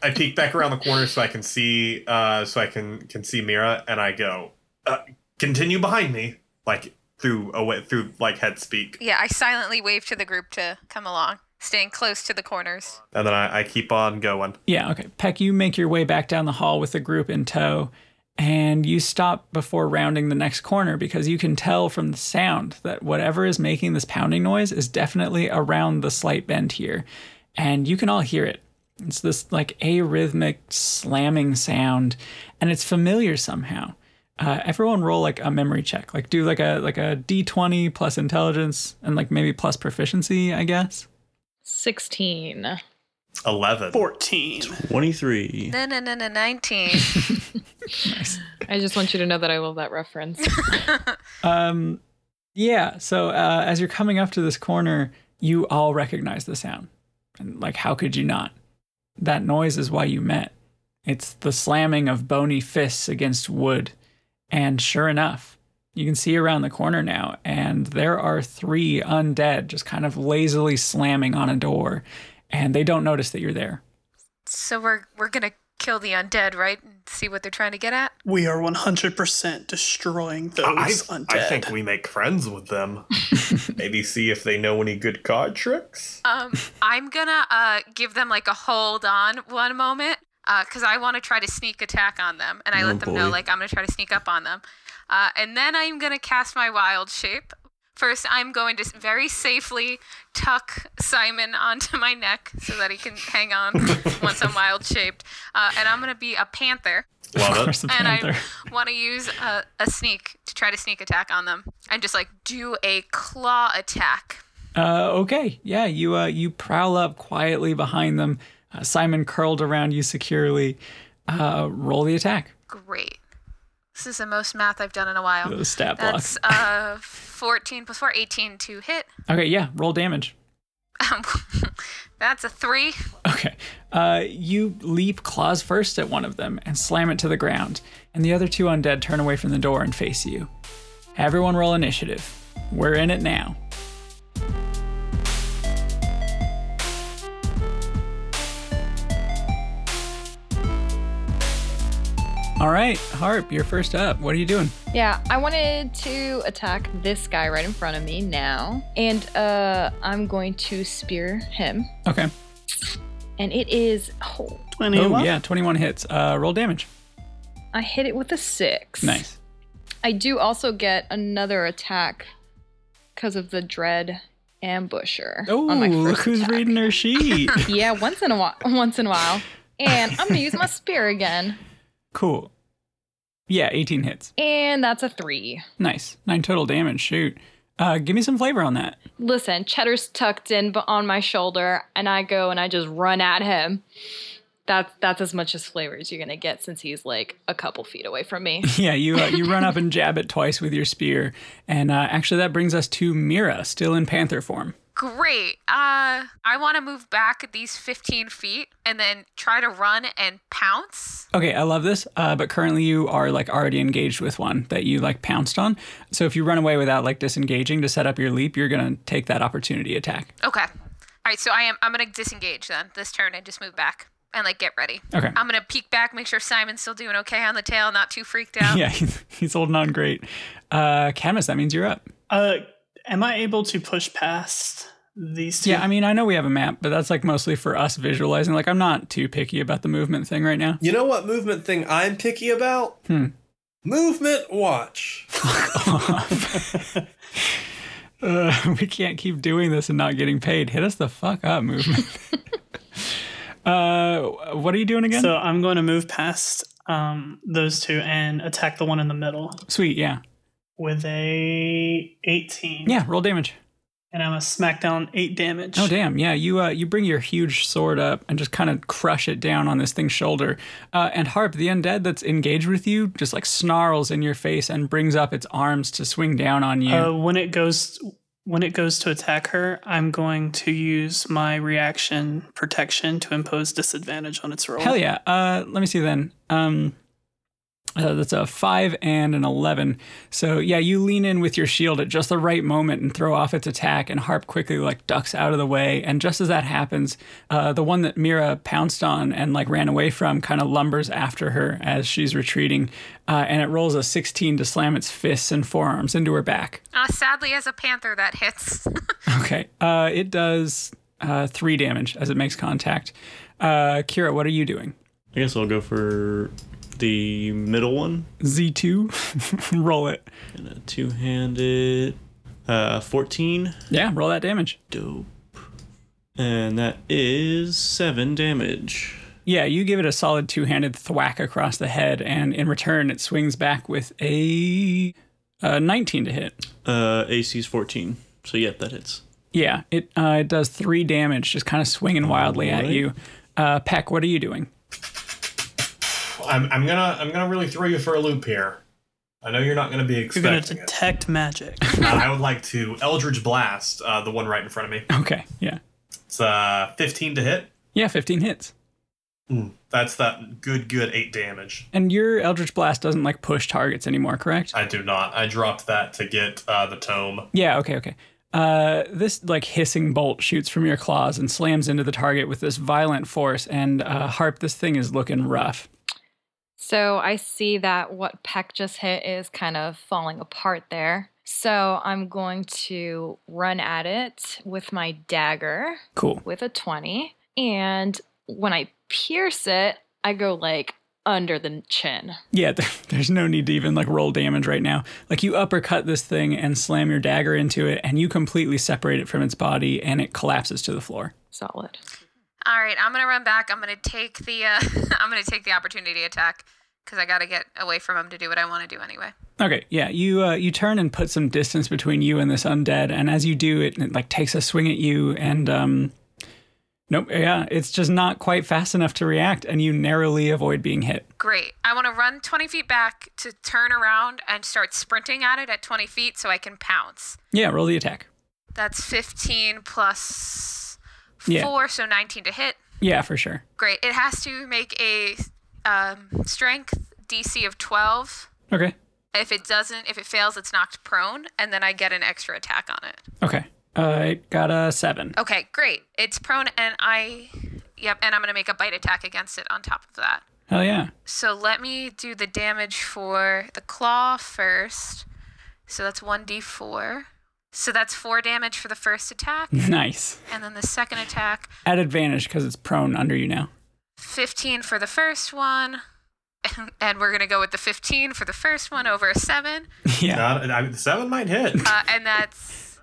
S7: I peek back around the corner so I can see uh, so I can can see Mira, and I go uh, continue behind me, like through away through like head speak.
S4: Yeah, I silently wave to the group to come along, staying close to the corners.
S7: And then I, I keep on going.
S1: Yeah, okay. Peck, you make your way back down the hall with the group in tow, and you stop before rounding the next corner because you can tell from the sound that whatever is making this pounding noise is definitely around the slight bend here. And you can all hear it. It's this like arrhythmic slamming sound, and it's familiar somehow. Uh, everyone roll like a memory check, like do like a like a D twenty plus intelligence and like maybe plus proficiency, I guess.
S6: 16.
S7: 11.
S5: 14.
S3: 23.
S4: No, no, no, no, 19.
S6: I just want you to know that I love that reference.
S1: Um, yeah. So uh, as you're coming up to this corner, you all recognize the sound, and like, how could you not? That noise is why you met. It's the slamming of bony fists against wood, and sure enough, you can see around the corner now, and there are three undead just kind of lazily slamming on a door, and they don't notice that you're there.
S4: so we're we're gonna kill the undead, right? And see what they're trying to get at.
S5: We are 100% destroying those
S7: I,
S5: undead.
S7: I think we make friends with them. Maybe see if they know any good card tricks.
S4: Um, I'm gonna uh give them like a hold on one moment, uh, cause I want to try to sneak attack on them, and I
S3: Oh,
S4: let them know
S3: boy.
S4: like I'm gonna try to sneak up on them, uh, and then I'm gonna cast my wild shape. First, I'm going to s- very safely tuck Simon onto my neck so that he can hang on once I'm wild shaped, uh, and I'm gonna be a panther.
S1: of
S7: Love
S1: course,
S7: it.
S1: the
S4: and
S1: panther.
S4: I want to use a, a sneak to try to sneak attack on them and just like do a claw attack.
S1: Uh, okay, yeah, you uh, you prowl up quietly behind them. Uh, Simon curled around you securely. Uh, roll the attack.
S4: Great. This is the most math I've done in a while.
S1: Those stat blocks.
S4: Oh, That's uh 14 plus 4, 18 to hit.
S1: Okay, yeah, roll damage.
S4: Um, That's a three.
S1: Okay. Uh, you leap claws first at one of them and slam it to the ground, and the other two undead turn away from the door and face you. Everyone roll initiative. We're in it now. All right, Harp, you're first up. What are you doing?
S6: yeah, I wanted to attack this guy right in front of me now. And uh, I'm going to spear him.
S1: Okay.
S6: And it is, oh,
S5: 20
S1: Oh, yeah, 21 hits. Uh, roll damage.
S6: I hit it with a six.
S1: Nice.
S6: I do also get another attack because of the dread ambusher.
S1: Oh,
S6: on my
S1: look
S6: first
S1: who's
S6: attack.
S1: reading her sheet.
S6: Yeah, once in a while. Once in a while. And I'm gonna use my spear again.
S1: cool. Yeah, 18 hits.
S6: And that's a three.
S1: Nice. Nine total damage. Shoot. Uh, give me some flavor on that.
S6: Listen, Cheddar's tucked in but on my shoulder, and I go and I just run at him. That's that's as much as flavor as you're gonna get since he's like a couple feet away from me.
S1: Yeah, you uh, you run up and jab it twice with your spear, and uh, actually that brings us to Mira, still in panther form.
S4: Great. Uh, I want to move back these 15 feet and then try to run and pounce.
S1: Okay, I love this, uh, but currently you are like already engaged with one that you like pounced on. So if you run away without like disengaging to set up your leap, you're gonna take that opportunity attack.
S4: Okay. All right. So I am. I'm gonna disengage then this turn and just move back and like get ready.
S1: Okay.
S4: I'm gonna peek back, make sure Simon's still doing okay on the tail, not too freaked out.
S1: yeah, he's, he's holding on great. Uh, Camus, that means you're up.
S5: Uh, am I able to push past these two?
S1: Yeah, I mean I know we have a map, but that's like mostly for us visualizing. Like I'm not too picky about the movement thing right now.
S7: You know what movement thing I'm picky about?
S1: Hmm.
S7: Movement watch.
S1: Uh, we can't keep doing this and not getting paid. Hit us the fuck up, movement. uh, what are you doing again?
S5: so I'm going to move past um, those two and attack the one in the middle
S1: Sweet, yeah,
S5: with a 18.
S1: yeah. Roll damage.
S5: And I'm a smackdown 8 damage.
S1: Oh damn, yeah. You uh, you bring your huge sword up and just kind of crush it down on this thing's shoulder. Uh, and Harp, the undead that's engaged with you, just like snarls in your face and brings up its arms to swing down on you.
S5: Uh, when it goes when it goes to attack her, I'm going to use my reaction protection to impose disadvantage on its roll.
S1: Hell yeah. Uh, let me see then. Um, uh, that's a five and an 11. So, yeah, you lean in with your shield at just the right moment and throw off its attack, and Harp quickly, like, ducks out of the way. And just as that happens, uh, the one that Mira pounced on and, like, ran away from kind of lumbers after her as she's retreating, uh, and it rolls a 16 to slam its fists and forearms into her back.
S4: Uh, sadly, as a panther, that hits.
S1: Okay. Uh, it does uh, three damage as it makes contact. Uh, Kira, what are you doing?
S3: I guess I'll go for the middle one.
S1: Z2. roll it.
S3: And a two handed uh, 14.
S1: Yeah, roll that damage.
S3: Dope. And that is seven damage.
S1: Yeah, you give it a solid two handed thwack across the head, and in return, it swings back with a, a 19 to hit.
S3: Uh, AC's 14. So, yep, that hits.
S1: Yeah, it, uh, it does three damage, just kind of swinging wildly at
S3: Alright.
S1: you. Uh, Peck, what are you doing?
S7: I'm, I'm gonna I'm gonna really throw you for a loop here. I know you're not gonna be
S5: You're gonna
S7: expecting it.
S5: detect magic.
S7: Uh, I would like to Eldridge Blast, uh, the one right in front of me.
S1: Okay, yeah.
S7: It's uh 15 to hit.
S1: Yeah, 15 hits.
S7: That's that good good eight damage.
S1: And your Eldritch Blast doesn't like push targets anymore, correct?
S7: I do not. I dropped that to get uh, the tome.
S1: Yeah, okay, okay. Uh, this like hissing bolt shoots from your claws and slams into the target with this violent force. And uh, Harp, this thing is looking rough.
S6: So I see that what Peck just hit is kind of falling apart there. So I'm going to run at it with my dagger
S1: Cool.
S6: with a 20. And when I pierce it, I go like under the chin.
S1: Yeah, there, there's no need to even like roll damage right now. Like you uppercut this thing and slam your dagger into it, and you completely separate it from its body, and it collapses to the floor.
S6: Solid.
S4: All right, I'm gonna run back. I'm gonna take the uh, I'm gonna take the opportunity attack because I gotta get away from him to do what I want to do anyway.
S1: Okay, yeah, you uh, you turn and put some distance between you and this undead, and as you do, it, it like takes a swing at you, and um, nope, yeah, it's just not quite fast enough to react, and you narrowly avoid being hit.
S4: Great. I want to run 20 feet back to turn around and start sprinting at it at 20 feet so I can pounce.
S1: Yeah, roll the attack.
S4: That's 15 plus
S1: Yeah.
S4: 4, so 19 to hit.
S1: Yeah, for sure.
S4: Great. It has to make a um, strength DC of 12.
S1: Okay,
S4: If it doesn't, if it fails, it's knocked prone, and then I get an extra attack on it.
S1: okay, uh, it got a seven.
S4: Okay, great. It's prone, and I, yep, and I'm going to make a bite attack against it on top of that.
S1: Hell yeah.
S4: So let me do the damage for the claw first. So that's 1d4. So that's 4 damage for the first attack.
S1: Nice.
S4: And then the second attack,
S1: At advantage because it's prone under you now.
S4: 15 for the first one. And we're going to go with the 15 for the first one over a 7.
S1: yeah.
S7: Not, I mean, seven might hit.
S4: Uh, and that's.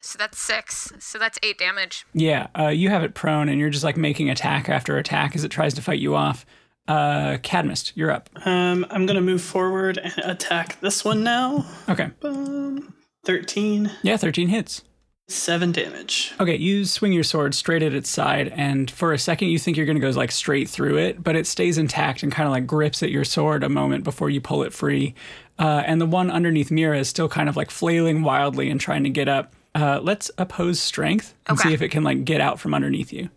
S4: So that's 6. So that's 8 damage.
S1: Yeah. Uh, you have it prone and you're just like making attack after attack as it tries to fight you off. Uh, Cadmus, you're up.
S5: Um, I'm gonna move forward and attack this one now. Um,
S1: Okay.
S5: Boom. 13,
S1: Yeah, 13 hits.
S5: 7 damage.
S1: Okay, you swing your sword straight at its side, and for a second you think you're gonna go like straight through it, but it stays intact and kind of like grips at your sword a moment before you pull it free. Uh, and the one underneath Mira is still kind of like flailing wildly and trying to get up. Uh, let's oppose strength and see
S4: Okay.
S1: if it can like get out from underneath you.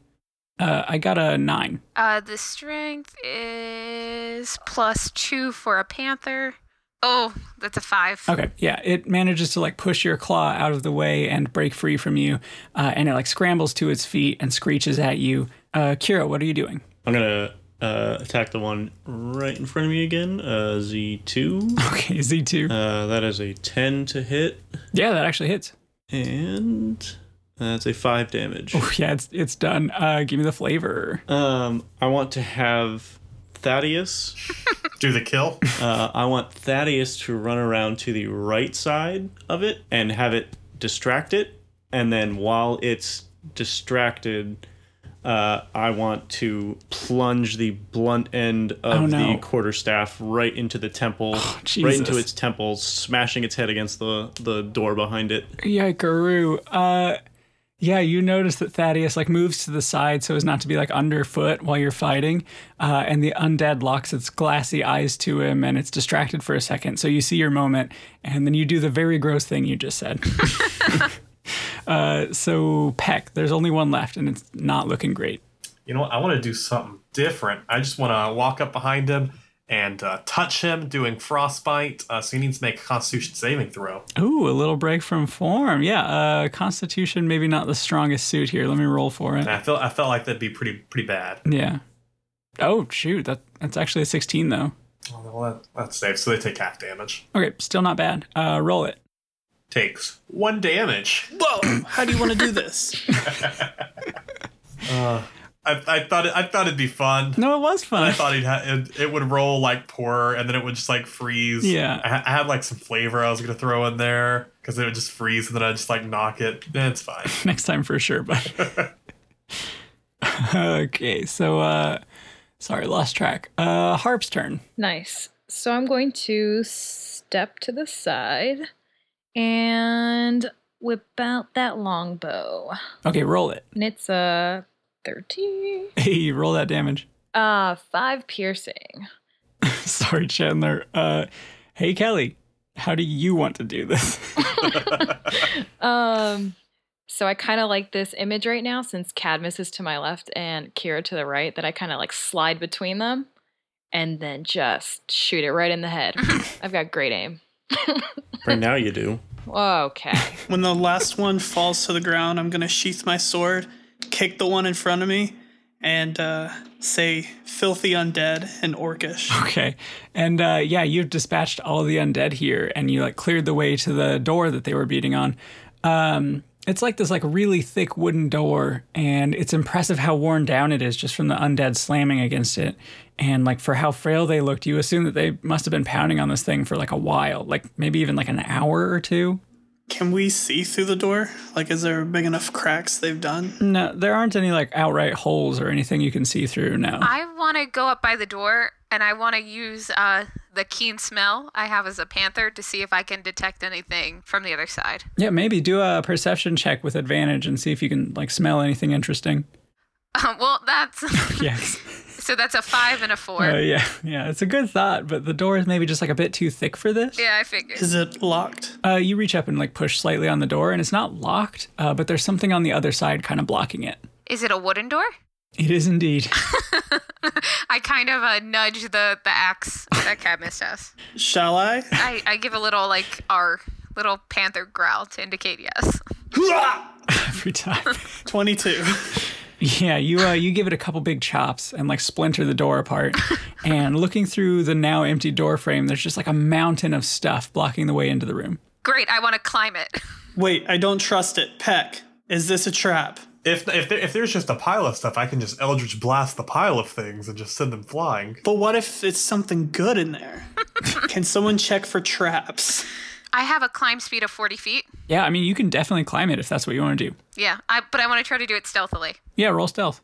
S1: Uh, I got a nine.
S4: Uh, the strength is plus 2 for a panther. Oh, that's a 5.
S1: Okay, yeah, it manages to like push your claw out of the way and break free from you, uh, and it like scrambles to its feet and screeches at you. Uh, Kira, what are you doing?
S3: I'm going to uh, attack the one right in front of me again. Uh, Z2.
S1: Okay, Z two.
S3: Uh, that is a 10 to hit.
S1: yeah, that actually hits.
S3: And that's a 5 damage.
S1: Oh, yeah, it's it's done. Uh, give me the flavor.
S3: Um, I want to have Thaddeus.
S7: Do the kill.
S3: Uh, I want Thaddeus to run around to the right side of it and have it distract it. And then while it's distracted, uh, I want to plunge the blunt end of
S1: Oh, no.
S3: the quarterstaff right into the temple, right
S1: Jesus.
S3: into its temple, smashing its head against the, the door behind it.
S1: Yikaroo. Uh, yeah, you notice that Thaddeus like moves to the side so as not to be like underfoot while you're fighting, uh, and the undead locks its glassy eyes to him, and it's distracted for a second. So you see your moment, and then you do the very gross thing you just said. uh, so Peck, there's only one left, and it's not looking great.
S7: You know what? I want to do something different. I just want to walk up behind him and uh, touch him, doing frostbite. Uh, so he needs to make a Constitution saving throw.
S1: Ooh, a little break from form. Yeah, uh, Constitution maybe not the strongest suit here. Let me roll for it.
S7: And I felt I felt like that'd be pretty pretty bad.
S1: Yeah. Oh shoot, that that's actually a 16 though.
S7: Oh, Well, that, that's safe. So they take half damage.
S1: Okay, still not bad. Uh, roll it.
S7: Takes one damage.
S5: Whoa! How do you want to do this?
S7: I, I thought it, I thought it'd be fun.
S1: No, it was
S7: I
S1: fun.
S7: thought he'd ha- it, it would roll like poorer, and then it would just like freeze.
S1: Yeah.
S7: I, ha- I had like some flavor I was gonna throw in there because it would just freeze, and then I would just like knock it. Eh, It's fine.
S1: Next time for sure, but okay. So, uh, sorry, lost track. Uh, Harp's turn.
S6: Nice. So I'm going to step to the side and whip out that longbow.
S1: Okay, roll it.
S6: And it's a 13.
S1: Hey, roll that damage.
S6: Uh, five piercing.
S1: sorry, Chandler. Uh, hey, Kelly, how do you want to do this?
S6: Um, so I kind of like this image right now since Cadmus is to my left and Kira to the right, that I kind of like slide between them and then just shoot it right in the head. I've got great aim.
S3: Right now you do.
S6: Okay.
S5: When the last one falls to the ground, I'm gonna sheath my sword, kick the one in front of me, and uh, say "filthy undead" and orcish.
S1: Okay. And uh, yeah, you've dispatched all the undead here and you like cleared the way to the door that they were beating on. Um, it's like this like really thick wooden door and it's impressive how worn down it is just from the undead slamming against it. And like for how frail they looked, you assume that they must have been pounding on this thing for like a while, like maybe even like an hour or two.
S5: Can we see through the door? Like, is there big enough cracks they've done?
S1: No, there aren't any like outright holes or anything you can see through now.
S4: I want to go up by the door and I want to use uh, the keen smell I have as a panther to see if I can detect anything from the other side.
S1: yeah, maybe do a perception check with advantage and see if you can like smell anything interesting.
S4: Um, well, that's
S1: Yes.
S4: so that's a five and a four.
S1: Uh, yeah, yeah, it's a good thought, but the door is maybe just like a bit too thick for this.
S4: yeah, I figured.
S5: Is it locked?
S1: Uh, you reach up and like push slightly on the door, and it's not locked, uh, but there's something on the other side kind of blocking it.
S4: Is it a wooden door?
S1: It is indeed.
S4: I kind of uh, nudge the the axe that Cadmus has.
S5: Shall I?
S4: I, I give a little like our little panther growl to indicate yes.
S1: Every time.
S5: Twenty-two.
S1: Yeah, you uh, you give it a couple big chops and like splinter the door apart. and looking through the now empty door frame, there's just like a mountain of stuff blocking the way into the room.
S4: Great, I want to climb it.
S5: Wait, I don't trust it. Peck, is this a trap?
S7: If if, there, if there's just a pile of stuff, I can just Eldritch blast the pile of things and just send them flying.
S5: But what if it's something good in there? Can someone check for traps?
S4: I have a climb speed of 40 feet.
S1: Yeah, I mean you can definitely climb it if that's what you want to do.
S4: Yeah, I, but I want to try to do it stealthily.
S1: Yeah, roll stealth.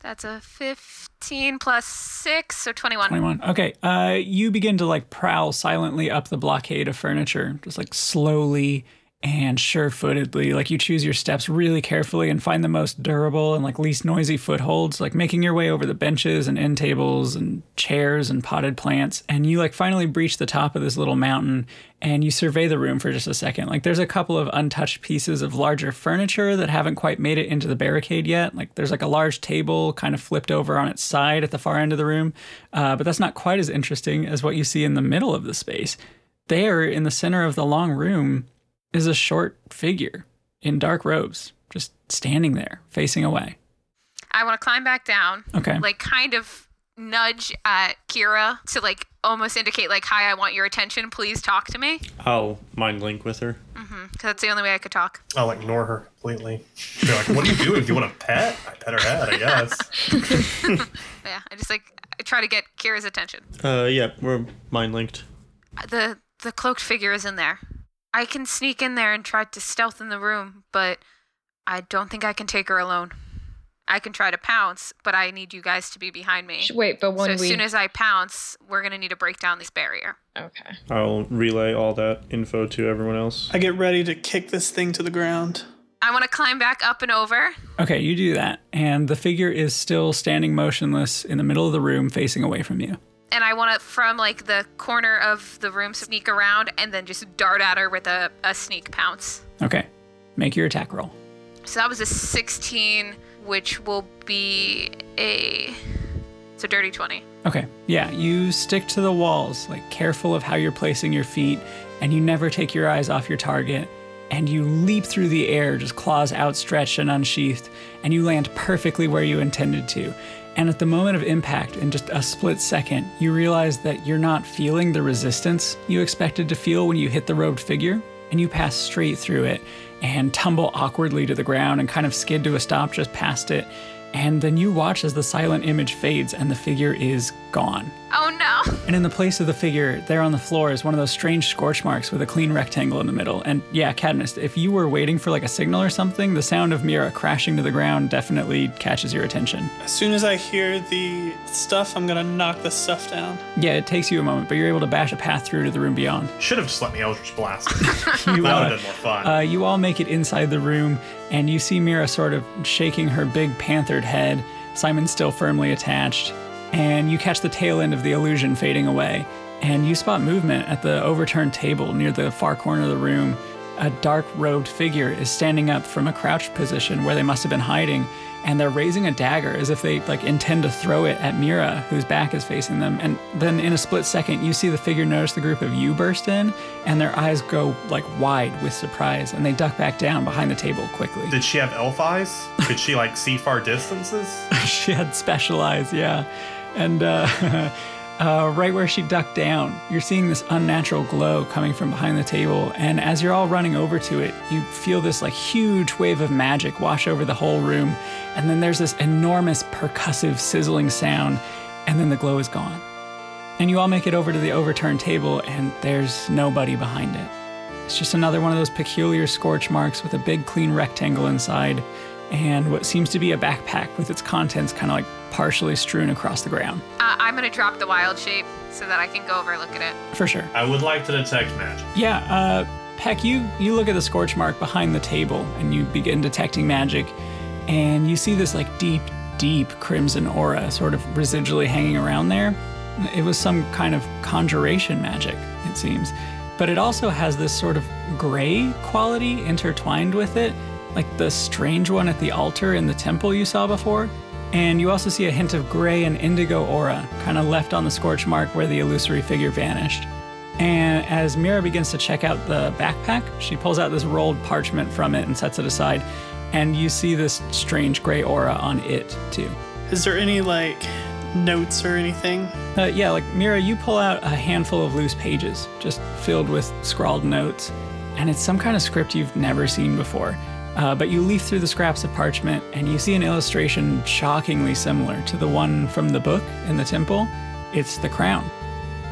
S4: That's a 15 plus 6, so 21.
S1: 21. Okay. Uh, you begin to like prowl silently up the blockade of furniture, just like slowly and sure footedly. Like you choose your steps really carefully and find the most durable and like least noisy footholds, like making your way over the benches and end tables and chairs and potted plants. And you like finally breach the top of this little mountain and you survey the room for just a second. Like there's a couple of untouched pieces of larger furniture that haven't quite made it into the barricade yet. Like there's like a large table kind of flipped over on its side at the far end of the room, uh, but that's not quite as interesting as what you see in the middle of the space. There, in the center of the long room, is a short figure in dark robes, just standing there, facing away.
S4: I want to climb back down,
S1: Okay.
S4: like kind of nudge at Kira to like almost indicate like, hi, I want your attention. Please talk to me.
S3: I'll mind link with her.
S4: Because that's the only way I could talk.
S7: I'll ignore her completely. They're like, "What do you do if you want a pet?" I pet her head, I guess.
S4: Yeah, I just like I try to get Kira's attention.
S3: Uh, yeah, we're mind linked.
S4: the the cloaked figure is in there. I can sneak in there and try to stealth in the room, but I don't think I can take her alone. I can try to pounce, but I need you guys to be behind me.
S6: Sh- Wait, but
S4: So
S6: when
S4: as
S6: we.
S4: soon as I pounce, we're gonna need to break down this barrier.
S6: okay.
S3: I'll relay all that info to everyone else.
S5: I get ready to kick this thing to the ground.
S4: I want to climb back up and over.
S1: Okay, you do that. And the figure is still standing motionless in the middle of the room, facing away from you.
S4: And I want to, from like the corner of the room, sneak around and then just dart at her with a, a sneak pounce.
S1: Okay, make your attack roll.
S4: So that was a 16, which will be a. So dirty 20.
S1: Okay. Yeah, you stick to the walls, like careful of how you're placing your feet, and you never take your eyes off your target. And you leap through the air, just claws outstretched and unsheathed, and you land perfectly where you intended to. And at the moment of impact, in just a split second, you realize that you're not feeling the resistance you expected to feel when you hit the robed figure, and you pass straight through it and tumble awkwardly to the ground and kind of skid to a stop just past it. And then you watch as the silent image fades and the figure is gone.
S4: Oh no.
S1: And in the place of the figure, there on the floor is one of those strange scorch marks with a clean rectangle in the middle. And yeah, Cadmus, if you were waiting for like a signal or something, the sound of Mira crashing to the ground definitely catches your attention.
S5: As soon as I hear the stuff, I'm gonna knock the stuff down.
S1: Yeah, it takes you a moment, but you're able to bash a path through to the room beyond.
S7: Should have just let me Eldritch Blast.
S1: You, uh,
S7: That would have been more fun.
S1: Uh, you all make it inside the room, and you see Mira sort of shaking her big panthered head, Simon still firmly attached, and you catch the tail end of the illusion fading away, and you spot movement at the overturned table near the far corner of the room. A dark robed figure is standing up from a crouched position where they must have been hiding, and they're raising a dagger as if they like intend to throw it at Mira, whose back is facing them. And then in a split second, you see the figure notice the group of you burst in, and their eyes go like wide with surprise, and they duck back down behind the table quickly.
S7: Did she have elf eyes? Could she like see far distances?
S1: she had specialized, yeah. And uh, uh, right where she ducked down, you're seeing this unnatural glow coming from behind the table. And as you're all running over to it, you feel this like huge wave of magic wash over the whole room. And then there's this enormous percussive sizzling sound. And then the glow is gone. And you all make it over to the overturned table, and there's nobody behind it. It's just another one of those peculiar scorch marks with a big clean rectangle inside and what seems to be a backpack with its contents kind of like partially strewn across the ground.
S4: Uh, I'm gonna drop the wild shape so that I can go over and look at it.
S1: For sure.
S7: I would like to detect magic.
S1: Yeah, uh, Peck, you, you look at the scorch mark behind the table and you begin detecting magic, and you see this like deep, deep crimson aura sort of residually hanging around there. It was some kind of conjuration magic, it seems. But it also has this sort of gray quality intertwined with it, like the strange one at the altar in the temple you saw before. And you also see a hint of gray and indigo aura kind of left on the scorch mark where the illusory figure vanished. And as Mira begins to check out the backpack, she pulls out this rolled parchment from it and sets it aside. And you see this strange gray aura on it, too.
S5: Is there any like notes or anything?
S1: Uh, yeah, like Mira, you pull out a handful of loose pages, just filled with scrawled notes, and it's some kind of script you've never seen before. Uh, but you leaf through the scraps of parchment, and you see an illustration shockingly similar to the one from the book in the temple. It's the crown.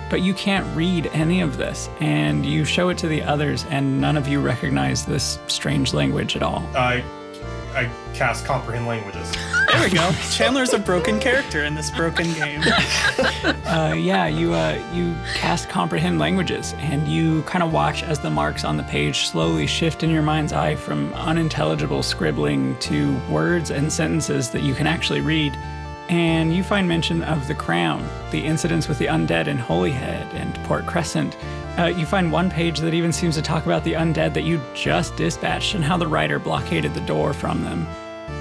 S1: But you can't read any of this, and you show it to the others, and none of you recognize this strange language at all.
S7: I I cast comprehend languages.
S5: There we go. Chandler's a broken character in this broken game.
S1: Uh, yeah, you uh, you cast comprehend languages, and you kind of watch as the marks on the page slowly shift in your mind's eye from unintelligible scribbling to words and sentences that you can actually read. And you find mention of the crown, the incidents with the undead in Holyhead and Port Crescent. Uh, you find one page that even seems to talk about the undead that you just dispatched and how the rider blockaded the door from them.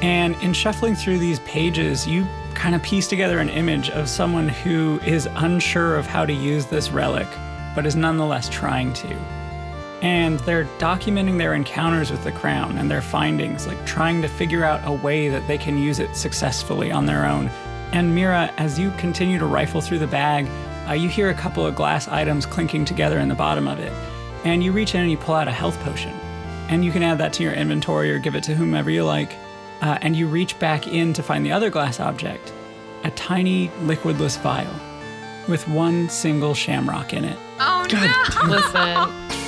S1: And in shuffling through these pages, you kind of piece together an image of someone who is unsure of how to use this relic, but is nonetheless trying to. And they're documenting their encounters with the crown and their findings, like trying to figure out a way that they can use it successfully on their own. And Mira, as you continue to rifle through the bag, uh, you hear a couple of glass items clinking together in the bottom of it. And you reach in and you pull out a health potion. And you can add that to your inventory or give it to whomever you like uh, and you reach back in to find the other glass object a tiny liquidless vial with one single shamrock in it.
S4: Oh no.
S6: Listen.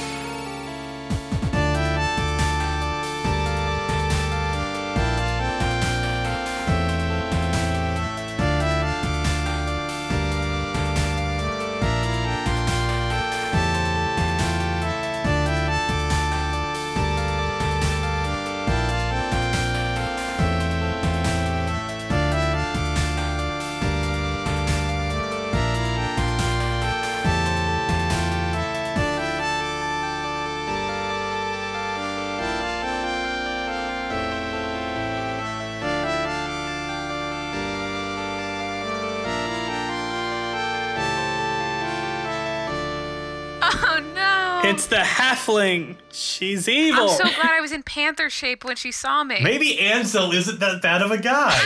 S4: Oh no.
S5: It's the halfling. She's evil.
S4: I'm so glad I was in panther shape when she saw me.
S7: Maybe Ansel isn't that bad of a guy.